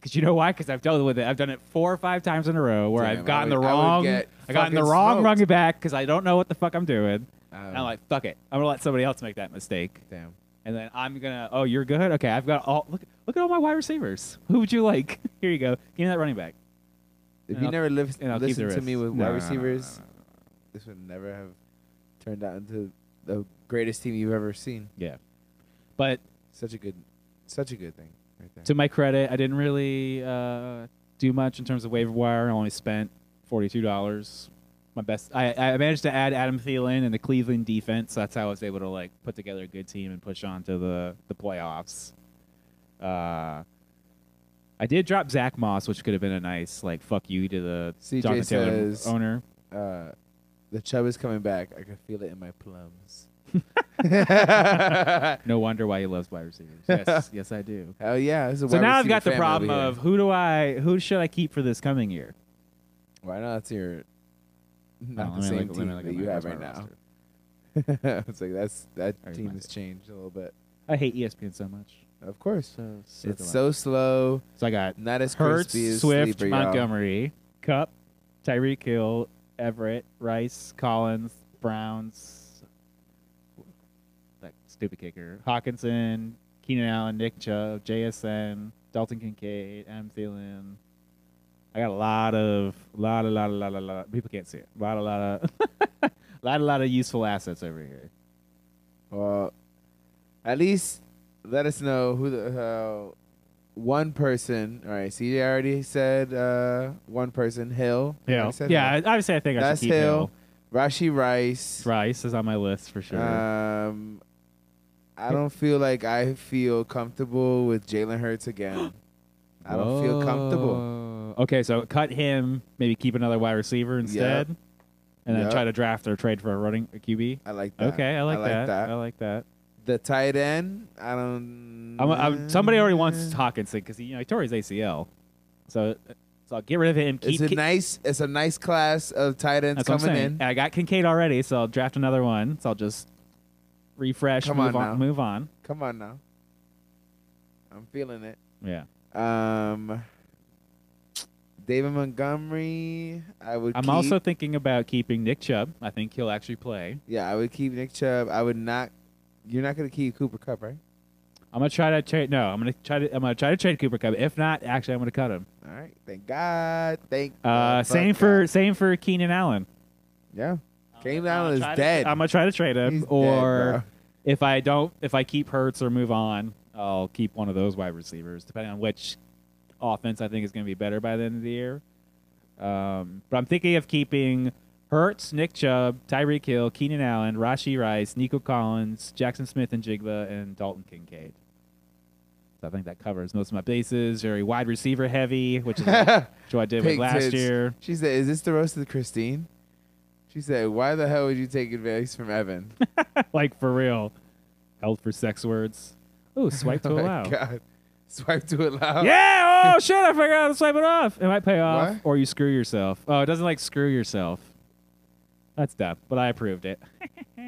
Speaker 1: Because you know why? Because I've dealt with it. I've done it four or five times in a row where
Speaker 2: Damn, I
Speaker 1: I've gotten
Speaker 2: would-
Speaker 1: the
Speaker 2: I would
Speaker 1: wrong.
Speaker 2: get
Speaker 1: I gotten the
Speaker 2: fucking
Speaker 1: wrong
Speaker 2: smoked.
Speaker 1: running back because I don't know what the fuck I'm doing.
Speaker 2: Um,
Speaker 1: And I'm like, fuck it. I'm gonna let somebody else make that mistake.
Speaker 2: damn.
Speaker 1: And then I'm gonna. Oh, you're good. Okay, I've got all. Look, look at all my wide receivers. Who would you like? <laughs> Here you go. Give me that running back. And
Speaker 2: If you
Speaker 1: I'll-
Speaker 2: never liv-
Speaker 1: and I'll keep
Speaker 2: listened
Speaker 1: the
Speaker 2: to me
Speaker 1: rest.
Speaker 2: with
Speaker 1: No,
Speaker 2: wide
Speaker 1: no, no, no, no,
Speaker 2: receivers, this would never have turned out into the greatest team you've ever seen.
Speaker 1: Yeah. But
Speaker 2: Such a good, such a good thing right there.
Speaker 1: to my credit, I didn't really uh, do much in terms of waiver wire. I only spent forty-two dollars. My best. I, I managed to add Adam Thielen and the Cleveland defense. That's how I was able to like put together a good team and push on to the the playoffs. Uh, I did drop Zach Moss, which could have been a nice like fuck you to the
Speaker 2: CJ
Speaker 1: Jonathan Taylor
Speaker 2: says-
Speaker 1: owner.
Speaker 2: uh, the chub is coming back. I can feel it in my plums. Hell
Speaker 1: No wonder why he loves wide
Speaker 2: <laughs>
Speaker 1: receivers. Yes, yes, I do.
Speaker 2: yeah! This is a
Speaker 1: So
Speaker 2: wide
Speaker 1: now I've
Speaker 2: receiver
Speaker 1: got the
Speaker 2: family
Speaker 1: problem
Speaker 2: over here.
Speaker 1: of who do I who should I keep for this coming year?
Speaker 2: why not? That's your
Speaker 1: Oh,
Speaker 2: not
Speaker 1: let
Speaker 2: the
Speaker 1: me
Speaker 2: same
Speaker 1: look- let me
Speaker 2: team
Speaker 1: look
Speaker 2: that
Speaker 1: at
Speaker 2: you
Speaker 1: my-
Speaker 2: have
Speaker 1: my
Speaker 2: right now.
Speaker 1: roster.
Speaker 2: <laughs> it's like that's that
Speaker 1: I
Speaker 2: team
Speaker 1: remind
Speaker 2: has changed a little bit.
Speaker 1: I hate E ESPN so much.
Speaker 2: Of course,
Speaker 1: So, so
Speaker 2: it's so slow,
Speaker 1: so I got
Speaker 2: not as
Speaker 1: Hurts,
Speaker 2: crispy as
Speaker 1: Swift,
Speaker 2: sleeper, y'all.
Speaker 1: Montgomery, Cup, Tyreek Hill, Everett, Rice, Collins, Browns, that stupid kicker, Hawkinson, Keenan Allen, Nick Chubb, JSN, Dalton Kincaid, M. Thielen. I got a lot of, lot, a lot, a lot, a lot. People can't see it. A lot, a lot of, <laughs> lot, a lot of useful assets over here.
Speaker 2: Well, Uh, at least let us know who the hell one person. All right, see, I already said uh, one person. Hill. I already said
Speaker 1: yeah.
Speaker 2: Hill.
Speaker 1: Obviously, I think I
Speaker 2: That's
Speaker 1: should keep
Speaker 2: Hill. Rashi Rice.
Speaker 1: Rice is on my list for sure.
Speaker 2: Um, I don't feel like I feel comfortable with Jalen Hurts again. I don't feel comfortable.
Speaker 1: Whoa. Okay, so cut him. Maybe keep another wide receiver instead, and then
Speaker 2: Yep.
Speaker 1: try to draft or trade for a running a QB.
Speaker 2: I like that.
Speaker 1: Okay, I like, that. I like that.
Speaker 2: The tight end. I don't.
Speaker 1: I'm, I'm, somebody already wants Hawkinson because he, you know, he tore his ACL. So, so I'll get rid of him. Keep,
Speaker 2: It's a
Speaker 1: keep-
Speaker 2: nice. It's a nice class of tight ends
Speaker 1: that's what I'm
Speaker 2: coming
Speaker 1: saying.
Speaker 2: in.
Speaker 1: And I got Kincaid already, so I'll draft another one. So I'll just refresh,
Speaker 2: Come
Speaker 1: move
Speaker 2: on
Speaker 1: on,
Speaker 2: now.
Speaker 1: move on.
Speaker 2: Come on now. I'm feeling it.
Speaker 1: Yeah.
Speaker 2: Um, David Montgomery, I would.
Speaker 1: I'm
Speaker 2: keep.
Speaker 1: also thinking about keeping Nick Chubb. I think he'll actually play.
Speaker 2: Yeah, I would keep Nick Chubb. I would not. You're not gonna keep Cooper Cup, right?
Speaker 1: I'm gonna try to trade. No, I'm gonna try to. I'm gonna try to trade Cooper Cup. If not, actually, I'm gonna cut him.
Speaker 2: All right. Thank God. Thank.
Speaker 1: Uh,
Speaker 2: motherfucker
Speaker 1: same for same for Keenan Allen.
Speaker 2: Yeah. Keenan
Speaker 1: I'm
Speaker 2: Allen is
Speaker 1: gonna try to-
Speaker 2: dead. <laughs>
Speaker 1: I'm gonna try to trade him,
Speaker 2: He's dead,
Speaker 1: or
Speaker 2: bro.
Speaker 1: if I don't, if I keep Hurts or move on, I'll keep one of those wide receivers, depending on which offense I think is gonna be better by the end of the year. Um, but I'm thinking of keeping Hurts, Nick Chubb, Tyreek Hill, Keenan Allen, Rashi Rice, Nico Collins, Jackson Smith and Jigba, and Dalton Kincaid. So I think that covers most of my bases. Very wide receiver heavy, which is
Speaker 2: <laughs>
Speaker 1: what I did with
Speaker 2: Pig
Speaker 1: last
Speaker 2: tits.
Speaker 1: year.
Speaker 2: She said, "Is this the roast of Christine?" She said, "Why the hell would you take advice from Evan?" <laughs>
Speaker 1: like for real. Held for sex words.
Speaker 2: <laughs>
Speaker 1: Ooh, swipe to
Speaker 2: oh my
Speaker 1: allow.
Speaker 2: God. Swipe to allow.
Speaker 1: Yeah.
Speaker 2: <laughs>
Speaker 1: Oh shit! I forgot to swipe it off. It might pay off,
Speaker 2: What?
Speaker 1: or you screw yourself. Oh, it doesn't like screw yourself. That's dumb, but I approved it. <laughs>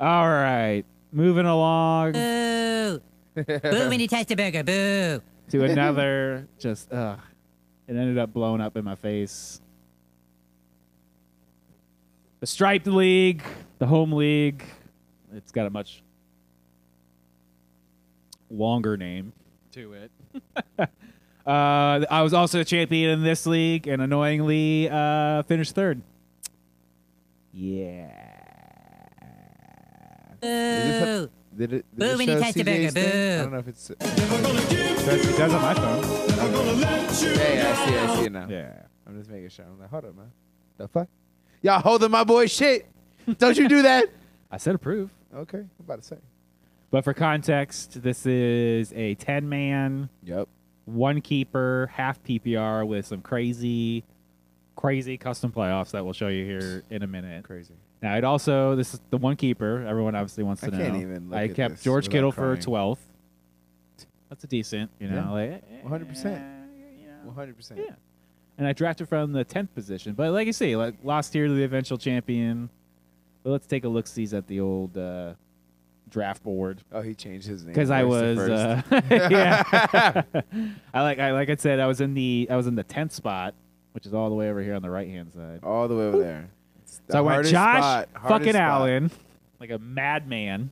Speaker 1: All right, moving along
Speaker 3: Boo! Boo when you taste a burger, boo!
Speaker 1: <laughs> to another. Just ugh, it ended up blowing up in my face. The striped league, the home league. It's got a much longer name to it. <laughs> Uh, I was also a champion in this league and annoyingly uh, finished third. Yeah.
Speaker 3: Boo!
Speaker 2: Did it, did
Speaker 3: Boo
Speaker 2: it
Speaker 3: when you
Speaker 2: show
Speaker 3: touch the
Speaker 2: CJ's
Speaker 3: burger,
Speaker 2: thing? I
Speaker 3: boo.
Speaker 2: don't know if it's.
Speaker 1: It does on my phone.
Speaker 2: Yeah, yeah, I see, I see it now.
Speaker 1: Yeah.
Speaker 2: I'm just making sure. I'm like, hold up, man. The fuck? Y'all holding my boy shit. Don't you do that?
Speaker 1: I said approve.
Speaker 2: Okay, I'm about to say.
Speaker 1: But for context, this is a 10 man,
Speaker 2: Yep.
Speaker 1: one keeper, half PPR with some crazy, crazy custom playoffs that we'll show you here in a minute.
Speaker 2: Crazy.
Speaker 1: Now, it also, this is the one keeper. Everyone obviously wants to
Speaker 2: I
Speaker 1: know.
Speaker 2: can't even look
Speaker 1: I
Speaker 2: at
Speaker 1: kept
Speaker 2: this
Speaker 1: George
Speaker 2: without
Speaker 1: Kittle
Speaker 2: crying.
Speaker 1: for 12th. That's a decent, you know,
Speaker 2: Yeah.
Speaker 1: like eh,
Speaker 2: 100%.
Speaker 1: eh, you know.
Speaker 2: 100%.
Speaker 1: Yeah. And I drafted from the tenth position. But like I say, like lost here to the eventual champion. But let's take a look sees at the old uh, draft board.
Speaker 2: Oh, he changed his name.
Speaker 1: Because I was
Speaker 2: First to first.
Speaker 1: uh, <laughs>
Speaker 2: <laughs>
Speaker 1: yeah. I like I like I said, I was in the I was in the tenth spot, which is all the way over here on the right hand side.
Speaker 2: all the way over there. It's
Speaker 1: uh,
Speaker 2: the
Speaker 1: so I went
Speaker 2: hardest
Speaker 1: Josh
Speaker 2: spot, hardest
Speaker 1: fucking
Speaker 2: spot.
Speaker 1: Allen. Like a madman.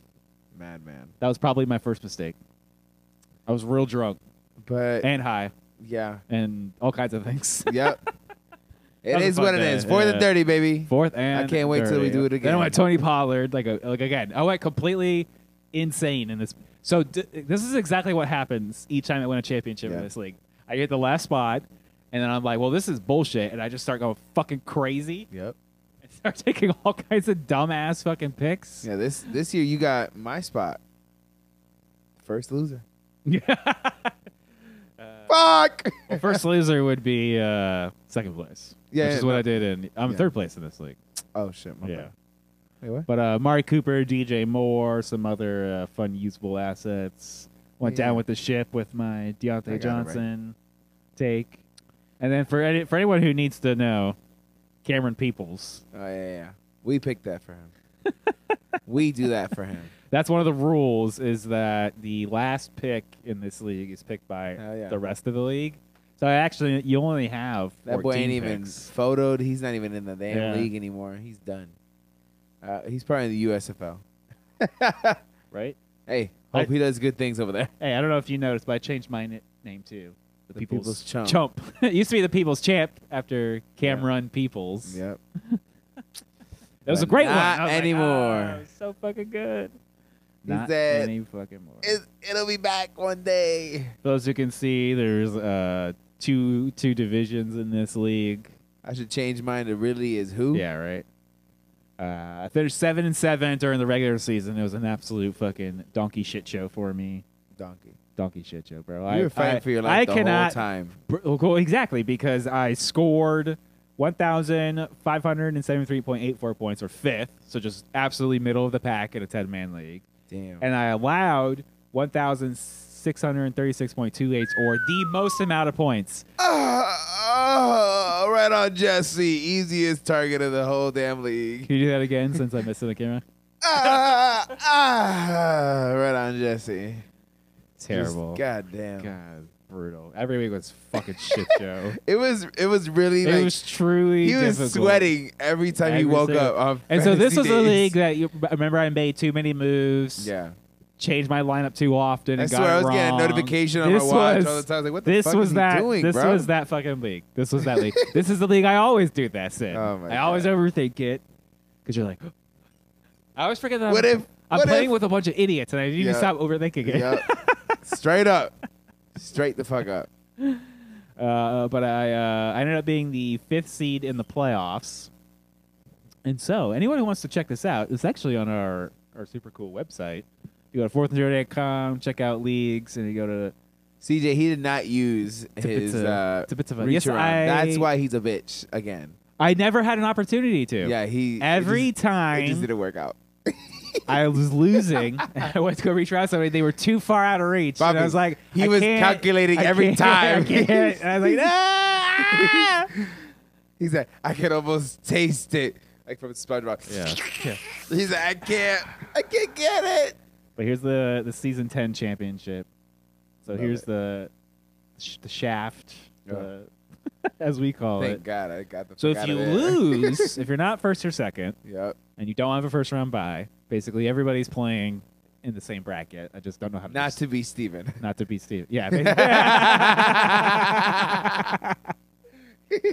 Speaker 2: Madman.
Speaker 1: That was probably my first mistake. I was real drunk
Speaker 2: But
Speaker 1: and high
Speaker 2: yeah,
Speaker 1: and all kinds of things.
Speaker 2: yep. <laughs>
Speaker 1: That
Speaker 2: It
Speaker 1: was a
Speaker 2: is
Speaker 1: fun
Speaker 2: what it
Speaker 1: day,
Speaker 2: is. Fourth
Speaker 1: yeah.
Speaker 2: and thirty, baby.
Speaker 1: Fourth and
Speaker 2: can't wait till we
Speaker 1: 30.
Speaker 2: do it
Speaker 1: Then
Speaker 2: again.
Speaker 1: I went Tony Pollard, like a, like again. I went completely insane in this. So d- this is exactly what happens each time I win a championship
Speaker 2: Yeah.
Speaker 1: in this league. I get the last spot, and then I'm like, well, this is bullshit, and I just start going fucking crazy <laughs>
Speaker 2: Yep.
Speaker 1: and start taking all kinds of dumbass fucking picks.
Speaker 2: Yeah. This this year you got my spot. First
Speaker 1: <laughs>
Speaker 2: loser.
Speaker 1: <laughs>
Speaker 2: Fuck.
Speaker 1: Well, first loser would be uh, second place,
Speaker 2: Yeah,
Speaker 1: which
Speaker 2: yeah,
Speaker 1: is what
Speaker 2: no.
Speaker 1: I did in. I'm
Speaker 2: Yeah.
Speaker 1: third place in this league.
Speaker 2: Oh shit. My
Speaker 1: Yeah.
Speaker 2: bad. Wait, what?
Speaker 1: But uh, Mari Cooper, DJ Moore, some other uh, fun usable assets. Went
Speaker 2: Yeah.
Speaker 1: down with the ship with my
Speaker 2: I got it
Speaker 1: Deontay
Speaker 2: right.
Speaker 1: Johnson take. And then for any, for anyone who needs to know, Cameron Peoples.
Speaker 2: Oh yeah, yeah, yeah. We picked that for him.
Speaker 1: <laughs>
Speaker 2: we do that for him.
Speaker 1: That's one of the rules is that the last pick in this league is picked by
Speaker 2: Hell yeah.
Speaker 1: the rest of the league. So actually, you only have
Speaker 2: That boy
Speaker 1: 14
Speaker 2: ain't even
Speaker 1: picks.
Speaker 2: photoed. He's not even in the damn
Speaker 1: Yeah.
Speaker 2: league anymore. He's done. Uh, he's probably in the USFL.
Speaker 1: right.
Speaker 2: Hey,
Speaker 1: I-
Speaker 2: hope he does good things over
Speaker 1: <laughs>
Speaker 2: there.
Speaker 1: Hey, I don't know if you noticed, but I changed my ni- name too. The,
Speaker 2: The People's Chump.
Speaker 1: <laughs> it used to be the People's Champ after Cameron Peoples.
Speaker 2: Yep.
Speaker 1: That was a
Speaker 2: But
Speaker 1: great
Speaker 2: not
Speaker 1: one. I was like,
Speaker 2: anymore.
Speaker 1: "Ah, it was so fucking good.
Speaker 2: He said-
Speaker 1: any fucking more.
Speaker 2: It, it'll be back one day.
Speaker 1: For those who can see, there's uh, two two divisions in this league.
Speaker 2: I should change mine to really is who?
Speaker 1: Yeah, right. Uh, I finished seven and seven during the regular season. It was an absolute fucking donkey shit show for me.
Speaker 2: Donkey.
Speaker 1: Donkey shit show, bro.
Speaker 2: you
Speaker 1: I,
Speaker 2: were fighting
Speaker 1: I-
Speaker 2: for your life
Speaker 1: I
Speaker 2: the whole
Speaker 1: cannot
Speaker 2: time.
Speaker 1: Br- Well, exactly because I scored 1,573.84 points, or fifth, so just absolutely middle of the pack in a 10 man league,
Speaker 2: Damn.
Speaker 1: and I allowed 1,636.28, or the most amount of points.
Speaker 2: Ah, ah, right on, Jesse. Easiest target of the whole damn
Speaker 1: <laughs>
Speaker 2: league.
Speaker 1: Can you do that again since I missed it on the
Speaker 2: <laughs>
Speaker 1: camera?
Speaker 2: Ah, ah, right on, Jesse.
Speaker 1: Terrible.
Speaker 2: Just, God damn.
Speaker 1: God, brutal. Every week was fucking shit show.
Speaker 2: <laughs> It was it was really
Speaker 1: it
Speaker 2: like
Speaker 1: was truly.
Speaker 2: he was
Speaker 1: difficult.
Speaker 2: sweating every time he
Speaker 1: Every
Speaker 2: woke
Speaker 1: single-
Speaker 2: up. on
Speaker 1: And so this
Speaker 2: fantasy
Speaker 1: was a
Speaker 2: days.
Speaker 1: league that you remember I made too many moves.
Speaker 2: Yeah,
Speaker 1: Changed my lineup too often.
Speaker 2: I
Speaker 1: And
Speaker 2: swear
Speaker 1: got it
Speaker 2: I was getting a
Speaker 1: wrong.
Speaker 2: notification on
Speaker 1: This
Speaker 2: my watch
Speaker 1: was-
Speaker 2: all the time. I was like, what the
Speaker 1: This
Speaker 2: fuck
Speaker 1: was
Speaker 2: is he
Speaker 1: that.
Speaker 2: doing,
Speaker 1: this
Speaker 2: bro?
Speaker 1: was that fucking league. This was that league. this is the league I always do this in.
Speaker 2: Oh my
Speaker 1: I always
Speaker 2: God.
Speaker 1: overthink it because you're like, <gasps> I always forget that.
Speaker 2: What
Speaker 1: I'm,
Speaker 2: if-
Speaker 1: I'm
Speaker 2: what
Speaker 1: playing
Speaker 2: if-
Speaker 1: with a bunch of idiots and I need
Speaker 2: Yeah.
Speaker 1: to stop overthinking it?
Speaker 2: <laughs> Yup. Straight up, straight the fuck up.
Speaker 1: <laughs> Uh, but I uh, I ended up being the fifth seed in the playoffs. And so, anyone who wants to check this out, it's actually on our, our super cool website. You go to fourthandrow.com, check out leagues, and you go to
Speaker 2: CJ, he did not use his
Speaker 1: pizza-
Speaker 2: uh,
Speaker 1: to bits of a-
Speaker 2: reach
Speaker 1: Yes,
Speaker 2: around.
Speaker 1: I-
Speaker 2: That's why he's a bitch again.
Speaker 1: I never had an opportunity to.
Speaker 2: Yeah, he it
Speaker 1: Every
Speaker 2: just- it just
Speaker 1: time
Speaker 2: didn't work out.
Speaker 1: I was losing, <laughs> and I went to go reach out to somebody, they were too far out of reach. and
Speaker 2: Bobby,
Speaker 1: I was like,
Speaker 2: he
Speaker 1: I
Speaker 2: was
Speaker 1: can't-
Speaker 2: calculating
Speaker 1: I
Speaker 2: every
Speaker 1: can't,
Speaker 2: time.
Speaker 1: I can't. And I
Speaker 2: <laughs>
Speaker 1: was like, ah!
Speaker 2: He's like, I can almost taste it, like from SpongeBob. <laughs>
Speaker 1: yeah.
Speaker 2: He's like, I can't, I can't get it.
Speaker 1: But here's the the season ten championship. So
Speaker 2: Love
Speaker 1: here's
Speaker 2: it.
Speaker 1: the sh- the shaft,
Speaker 2: Yeah.
Speaker 1: the- <laughs> as we call
Speaker 2: Thank
Speaker 1: it.
Speaker 2: God I got the.
Speaker 1: So
Speaker 2: fuck
Speaker 1: if
Speaker 2: out
Speaker 1: you
Speaker 2: of there. <laughs>
Speaker 1: lose, if you're not first or second,
Speaker 2: yep.
Speaker 1: and you don't have a first round bye, basically everybody's playing in the same bracket. I just don't know how to
Speaker 2: Not to be Steven. <laughs>
Speaker 1: not to beat Steve. Yeah. <laughs> basi-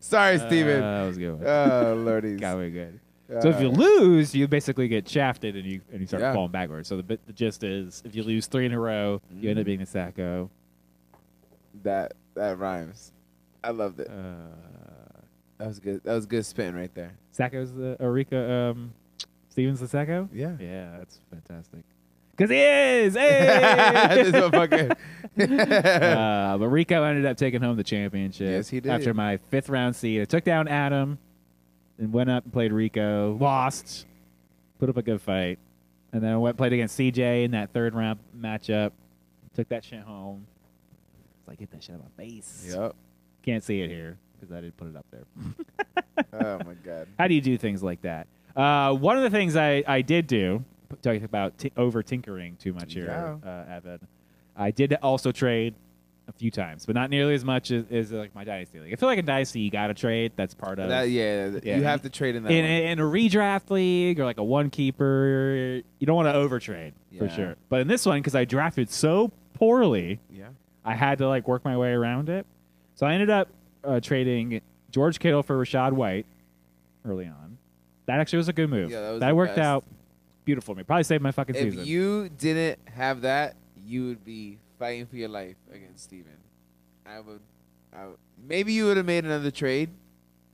Speaker 2: Sorry, Steven.
Speaker 1: Uh, that was a good. one.
Speaker 2: oh, lordy.
Speaker 1: <laughs>
Speaker 2: Uh,
Speaker 1: Got me good. So if you lose, you basically get shafted and you and you start
Speaker 2: Yeah.
Speaker 1: falling backwards. So the bit, the gist is, if you lose three in a row, you end up being a sacco.
Speaker 2: that that rhymes. I loved it.
Speaker 1: Uh,
Speaker 2: That was good. That was good spin right there.
Speaker 1: Sacco's the Eureka. Um, Stevens the Sacco.
Speaker 2: Yeah.
Speaker 1: Yeah, that's fantastic. Cause he is.
Speaker 2: <laughs> this
Speaker 1: Hey! <laughs>
Speaker 2: motherfucker. <laughs>
Speaker 1: uh, but Rico ended up taking home the championship.
Speaker 2: Yes, he did.
Speaker 1: After my fifth round seed, I took down Adam, and went up and played Rico. Lost. Put up a good fight, and then I went played against CJ in that third round matchup. Took that shit home. It's like get that shit on my face.
Speaker 2: yep.
Speaker 1: Can't see it here because I didn't put it up there.
Speaker 2: Oh my god.
Speaker 1: How do you do things like that? Uh, one of the things I, I did do, p- talking about t- over tinkering too much here,
Speaker 2: Yeah.
Speaker 1: uh, Evan, I did also trade a few times, but not nearly as much as, as like my dynasty league. I feel like in dynasty you got to trade. That's part of
Speaker 2: That, yeah, th-
Speaker 1: yeah.
Speaker 2: You have to trade in that.
Speaker 1: in,
Speaker 2: one.
Speaker 1: in a redraft league or like a one keeper. You don't want to overtrade for
Speaker 2: Yeah.
Speaker 1: sure. But in this one, because I drafted so poorly,
Speaker 2: yeah.
Speaker 1: I had to like work my way around it. So I ended up uh, trading George Kittle for Rashad White early on. That actually was a good move.
Speaker 2: Yeah, that was the
Speaker 1: worked
Speaker 2: best.
Speaker 1: out beautiful for me. Probably saved my fucking
Speaker 2: If
Speaker 1: season.
Speaker 2: you didn't have that, you would be fighting for your life against Steven. I would, I would maybe you would have made another trade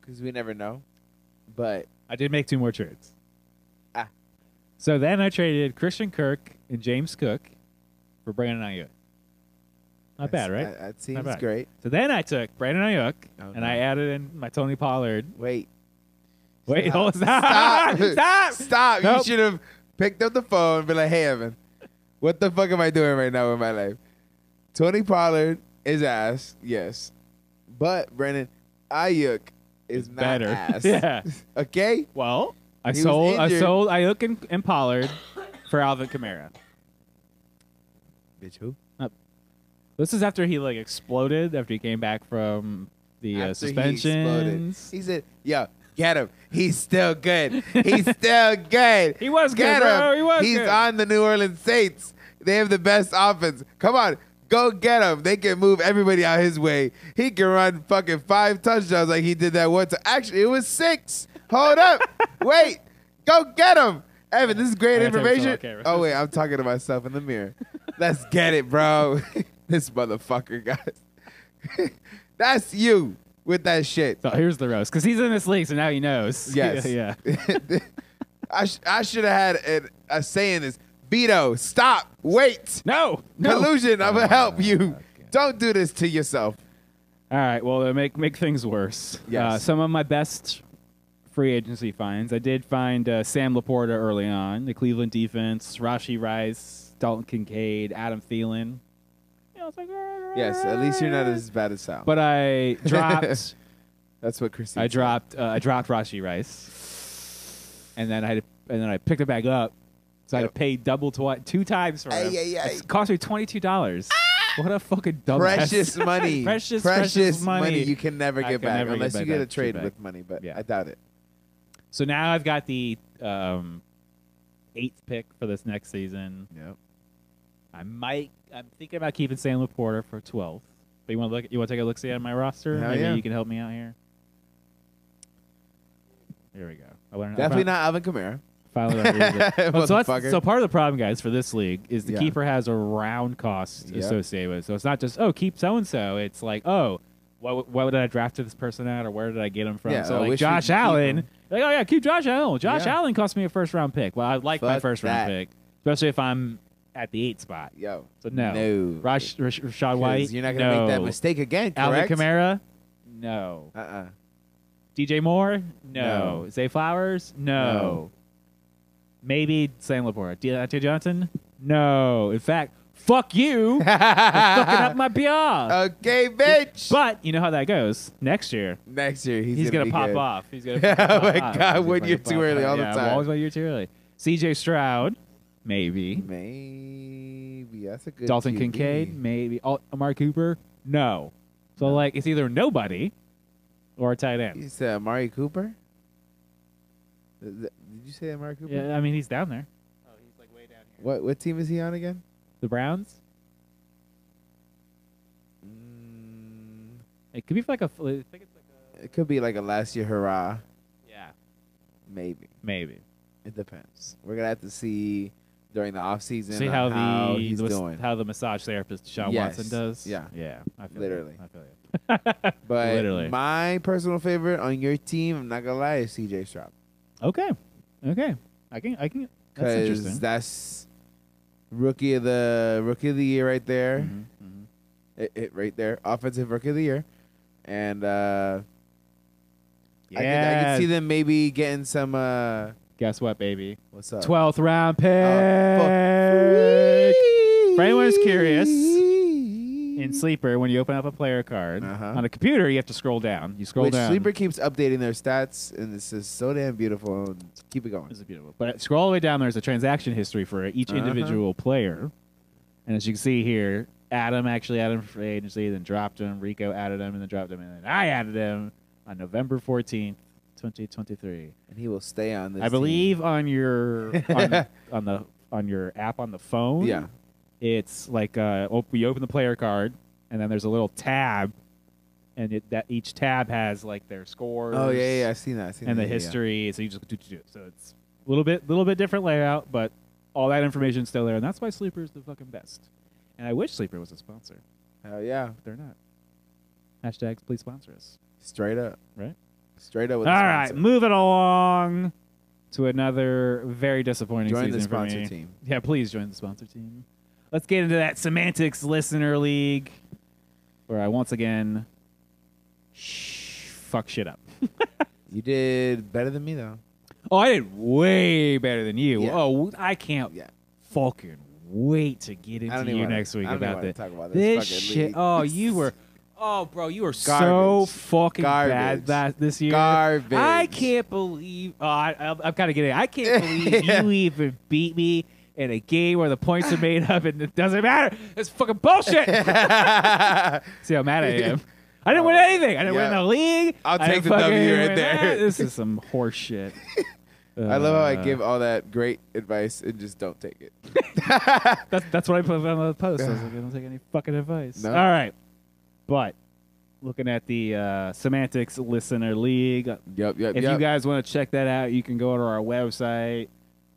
Speaker 2: because we never know. But
Speaker 1: I did make two more trades.
Speaker 2: Ah.
Speaker 1: So then I traded Christian Kirk and James Cook for Brandon Ayuk. Not bad, right?
Speaker 2: That, that seems
Speaker 1: bad.
Speaker 2: great.
Speaker 1: so then I took Brandon Ayuk
Speaker 2: Oh,
Speaker 1: and
Speaker 2: no.
Speaker 1: I added in my Tony Pollard.
Speaker 2: Wait,
Speaker 1: Wait,
Speaker 2: Stop.
Speaker 1: hold <laughs> stop.
Speaker 2: Stop.
Speaker 1: stop.
Speaker 2: stop!
Speaker 1: Nope.
Speaker 2: You should have picked up the phone and been like, "Hey, Evan, what the fuck am I doing right now in my life?" Tony Pollard is ass, yes, but Brandon Ayuk is not
Speaker 1: Better. <laughs>
Speaker 2: ass.
Speaker 1: yeah.
Speaker 2: Okay.
Speaker 1: Well, I
Speaker 2: He was
Speaker 1: sold I
Speaker 2: injured.
Speaker 1: sold Ayuk and, and Pollard for Alvin Kamara.
Speaker 2: Bitch, who?
Speaker 1: This is after he like exploded after he came back from the uh,
Speaker 2: After he exploded,
Speaker 1: suspensions.
Speaker 2: He said, "Yo, get him. He's still good. He's still
Speaker 1: <laughs>
Speaker 2: good.
Speaker 1: He was good,
Speaker 2: get
Speaker 1: bro.
Speaker 2: him.
Speaker 1: He was
Speaker 2: He's
Speaker 1: good.
Speaker 2: on the New Orleans Saints. They have the best offense. Come on." Go get him. They can move everybody out his way. He can run fucking five touchdowns like he did that one time. Actually, it was six.
Speaker 1: <laughs>
Speaker 2: Hold up. Wait. Go get him. Evan, this is great
Speaker 1: I gotta take this
Speaker 2: information.
Speaker 1: off camera.
Speaker 2: Oh, wait. I'm talking to myself in the mirror. Let's get it, bro. <laughs> this motherfucker, guys. <laughs> That's you with that shit.
Speaker 1: So here's the roast because he's in this league, so now he knows. <laughs>
Speaker 2: Yes.
Speaker 1: yeah.
Speaker 2: I, sh- I should have had an, a say in this. Vito, stop. Wait. <laughs>
Speaker 1: No. No. Ah,
Speaker 2: Collusion. I'm going to help you.
Speaker 1: okay.
Speaker 2: Don't do this to yourself.
Speaker 1: All right. Well, to make make things worse.
Speaker 2: Yes.
Speaker 1: Uh, some of my best free agency finds. I did find uh, Sam Laporta early on, the Cleveland defense, Rashi Rice, Dalton Kincaid, Adam Thielen. You know, it's like,
Speaker 2: Yes, at least you're not as bad as Sal.
Speaker 1: But
Speaker 2: <laughs>
Speaker 1: I dropped.
Speaker 2: That's what Christine
Speaker 1: I dropped. Uh, I dropped Rashi Rice, and then I and then I picked it back up. So I had
Speaker 2: Yep.
Speaker 1: to pay double twi- two times for
Speaker 2: Ay,
Speaker 1: it.
Speaker 2: ay, ay.
Speaker 1: It cost me twenty two dollars. What a fucking dumbass. <laughs>
Speaker 2: Precious money.
Speaker 1: Oh, Precious,
Speaker 2: precious,
Speaker 1: precious
Speaker 2: money.
Speaker 1: money.
Speaker 2: You can never
Speaker 1: I
Speaker 2: get
Speaker 1: can
Speaker 2: back
Speaker 1: never get
Speaker 2: unless
Speaker 1: back
Speaker 2: you get
Speaker 1: that
Speaker 2: a
Speaker 1: shit
Speaker 2: trade
Speaker 1: back.
Speaker 2: with money, but
Speaker 1: Yeah.
Speaker 2: I doubt it.
Speaker 1: So now I've got the um, eighth pick for this next season.
Speaker 2: Yep.
Speaker 1: I might. I'm thinking about keeping Sam Laporta for 12th. But you want to look? You want to take a look see at my roster?
Speaker 2: Hell
Speaker 1: Maybe
Speaker 2: yeah.
Speaker 1: you can help me out here. Here we go. I learned I
Speaker 2: Definitely
Speaker 1: fin-
Speaker 2: not Alvin Kamara.
Speaker 1: Finally learned to
Speaker 2: <laughs>
Speaker 1: use it. Well, so,
Speaker 2: Motherfucker.
Speaker 1: that's, so part of the problem, guys, for this league is the
Speaker 2: Yeah.
Speaker 1: keeper has a round cost
Speaker 2: Yep.
Speaker 1: associated with. it. So it's not just oh keep so and so. It's like oh. What, what did I draft this person at, or where did I get him from?
Speaker 2: Yeah, I
Speaker 1: so like
Speaker 2: wish we could
Speaker 1: Josh
Speaker 2: keep
Speaker 1: Allen,
Speaker 2: him.
Speaker 1: like oh yeah, keep Josh Allen. Josh
Speaker 2: Yeah.
Speaker 1: Allen cost me a first round pick. Well, I like my
Speaker 2: Fuck
Speaker 1: first round
Speaker 2: that.
Speaker 1: pick, especially if I'm at the eight spot.
Speaker 2: Yo.
Speaker 1: So no,
Speaker 2: No.
Speaker 1: Rash, Rash, Rashad
Speaker 2: 'Cause
Speaker 1: White.
Speaker 2: You're not gonna make that
Speaker 1: no.
Speaker 2: mistake again,
Speaker 1: Alvin
Speaker 2: correct?
Speaker 1: Kamara. No.
Speaker 2: Uh-uh.
Speaker 1: DJ Moore. No. Zay Flowers. No.
Speaker 2: No.
Speaker 1: Maybe Sam Laporta. Deontay Johnson. No. In fact, fuck
Speaker 2: <laughs>
Speaker 1: you. for fucking up my
Speaker 2: Oh,
Speaker 1: PR.
Speaker 2: Okay, bitch.
Speaker 1: but you know how that goes. Next year,
Speaker 2: Next year he's,
Speaker 1: he's, gonna,
Speaker 2: be
Speaker 1: pop
Speaker 2: good.
Speaker 1: off. He's
Speaker 2: <laughs>
Speaker 1: gonna.
Speaker 2: Oh
Speaker 1: pop
Speaker 2: my
Speaker 1: off.
Speaker 2: God,
Speaker 1: He's
Speaker 2: one
Speaker 1: gonna
Speaker 2: year too
Speaker 1: pop
Speaker 2: early
Speaker 1: off.
Speaker 2: all the
Speaker 1: Yeah,
Speaker 2: time.
Speaker 1: Always one year too early. CJ Stroud. Maybe.
Speaker 2: Maybe that's a good.
Speaker 1: Dalton
Speaker 2: QB.
Speaker 1: Kincaid, maybe. Oh, Amari Cooper, no. So like it's either nobody or a tight end.
Speaker 2: You said Amari Cooper. Th- th- Did you say Amari Cooper?
Speaker 1: Yeah, I mean he's down there. Oh, he's like way down here.
Speaker 2: What what team is he on again?
Speaker 1: The Browns.
Speaker 2: Mm,
Speaker 1: It could be like a. I think it's like a.
Speaker 2: it could be like a last year hurrah,
Speaker 1: Yeah,
Speaker 2: maybe.
Speaker 1: maybe.
Speaker 2: It depends. We're gonna have to see during the off season
Speaker 1: See how the
Speaker 2: uh, he's
Speaker 1: the, mas-
Speaker 2: doing.
Speaker 1: how the massage therapist Sean
Speaker 2: Yes,
Speaker 1: Watson does.
Speaker 2: yeah.
Speaker 1: yeah. I feel
Speaker 2: Literally.
Speaker 1: You. I feel you.
Speaker 2: but
Speaker 1: literally.
Speaker 2: my personal favorite on your team, I'm not gonna lie, is CJ Stroud
Speaker 1: okay, okay. I can. I can. That's
Speaker 2: because that's,
Speaker 1: interesting.
Speaker 2: rookie of the rookie of the year right there.
Speaker 1: Mhm, mhm.
Speaker 2: It, it right there, offensive rookie of the year, and uh, I, could, I
Speaker 1: Yeah.
Speaker 2: could see them maybe getting some. Uh,
Speaker 1: Guess what, baby?
Speaker 2: what's up?
Speaker 1: Twelfth round pick.
Speaker 2: uh,
Speaker 1: For anyone who's curious, in Sleeper, when you open up a player card
Speaker 2: Uh-huh.
Speaker 1: on a computer, you have to scroll down. You scroll
Speaker 2: Which
Speaker 1: down.
Speaker 2: Sleeper keeps updating their stats, and this is so damn beautiful. Keep it going.
Speaker 1: This is beautiful. But scroll all the way down. There's a transaction history for each
Speaker 2: Uh-huh.
Speaker 1: individual player, and as you can see here, Adam actually added him for free agency, then dropped him. Rico added him, and then dropped him, and then I added him on November 14th, 2023.
Speaker 2: And he will stay on this.
Speaker 1: I
Speaker 2: team.
Speaker 1: believe on your
Speaker 2: <laughs>
Speaker 1: on, on the on your app on the phone.
Speaker 2: Yeah.
Speaker 1: it's like uh, op- you open the player card, and then there's a little tab, and it, that each tab has like their scores.
Speaker 2: Oh yeah, yeah, I've seen that. I've seen
Speaker 1: and
Speaker 2: that.
Speaker 1: the
Speaker 2: yeah,
Speaker 1: history. So you just do, do, do. So it's a little bit, little bit different layout, but all that information's still there, and that's why Sleeper is the fucking best. And I wish Sleeper was a sponsor,
Speaker 2: Yeah. Hell yeah,
Speaker 1: but they're not. Hashtags, please sponsor us.
Speaker 2: straight up,
Speaker 1: Right?
Speaker 2: straight up.
Speaker 1: All
Speaker 2: With the
Speaker 1: right,
Speaker 2: sponsor.
Speaker 1: moving along to another very disappointing
Speaker 2: Join
Speaker 1: season
Speaker 2: the
Speaker 1: for me.
Speaker 2: sponsor team.
Speaker 1: Yeah, please join the sponsor team. Let's get into that semantics listener league, where I once again sh- fuck shit up.
Speaker 2: You did better than
Speaker 1: <laughs>
Speaker 2: me though.
Speaker 1: Oh, I did way better than you.
Speaker 2: Yeah.
Speaker 1: Oh, I can't
Speaker 2: Yeah.
Speaker 1: fucking wait to get
Speaker 2: I don't
Speaker 1: into
Speaker 2: even
Speaker 1: you
Speaker 2: wanna-
Speaker 1: next week
Speaker 2: I don't even
Speaker 1: about
Speaker 2: wanna
Speaker 1: this.
Speaker 2: talk about this
Speaker 1: This
Speaker 2: fucking
Speaker 1: shit.
Speaker 2: league. <laughs>
Speaker 1: Oh, you were. Oh, bro, you were so
Speaker 2: Garbage.
Speaker 1: fucking
Speaker 2: Garbage.
Speaker 1: bad that this year.
Speaker 2: Garbage.
Speaker 1: I can't believe. Oh, I, I'm, I'm kind of getting. I
Speaker 2: <laughs>
Speaker 1: can't believe you even beat me in a game where the points are made up and it doesn't matter. It's fucking
Speaker 2: <laughs>
Speaker 1: bullshit. See how mad I am. I didn't win anything. I didn't win
Speaker 2: Oh, Yeah.
Speaker 1: the league.
Speaker 2: I'll
Speaker 1: I
Speaker 2: take
Speaker 1: didn't
Speaker 2: the W
Speaker 1: fucking
Speaker 2: right
Speaker 1: win
Speaker 2: there.
Speaker 1: that. This
Speaker 2: <laughs>
Speaker 1: is some horse shit.
Speaker 2: I love how I
Speaker 1: Uh,
Speaker 2: give all that great advice and just don't take it.
Speaker 1: That's that's what I put on the post. I was like, I don't take any fucking advice.
Speaker 2: No.
Speaker 1: All right, but looking at the uh, semantics listener league,
Speaker 2: Yep, yep,
Speaker 1: if
Speaker 2: yep.
Speaker 1: you guys want to check that out, you can go to our website,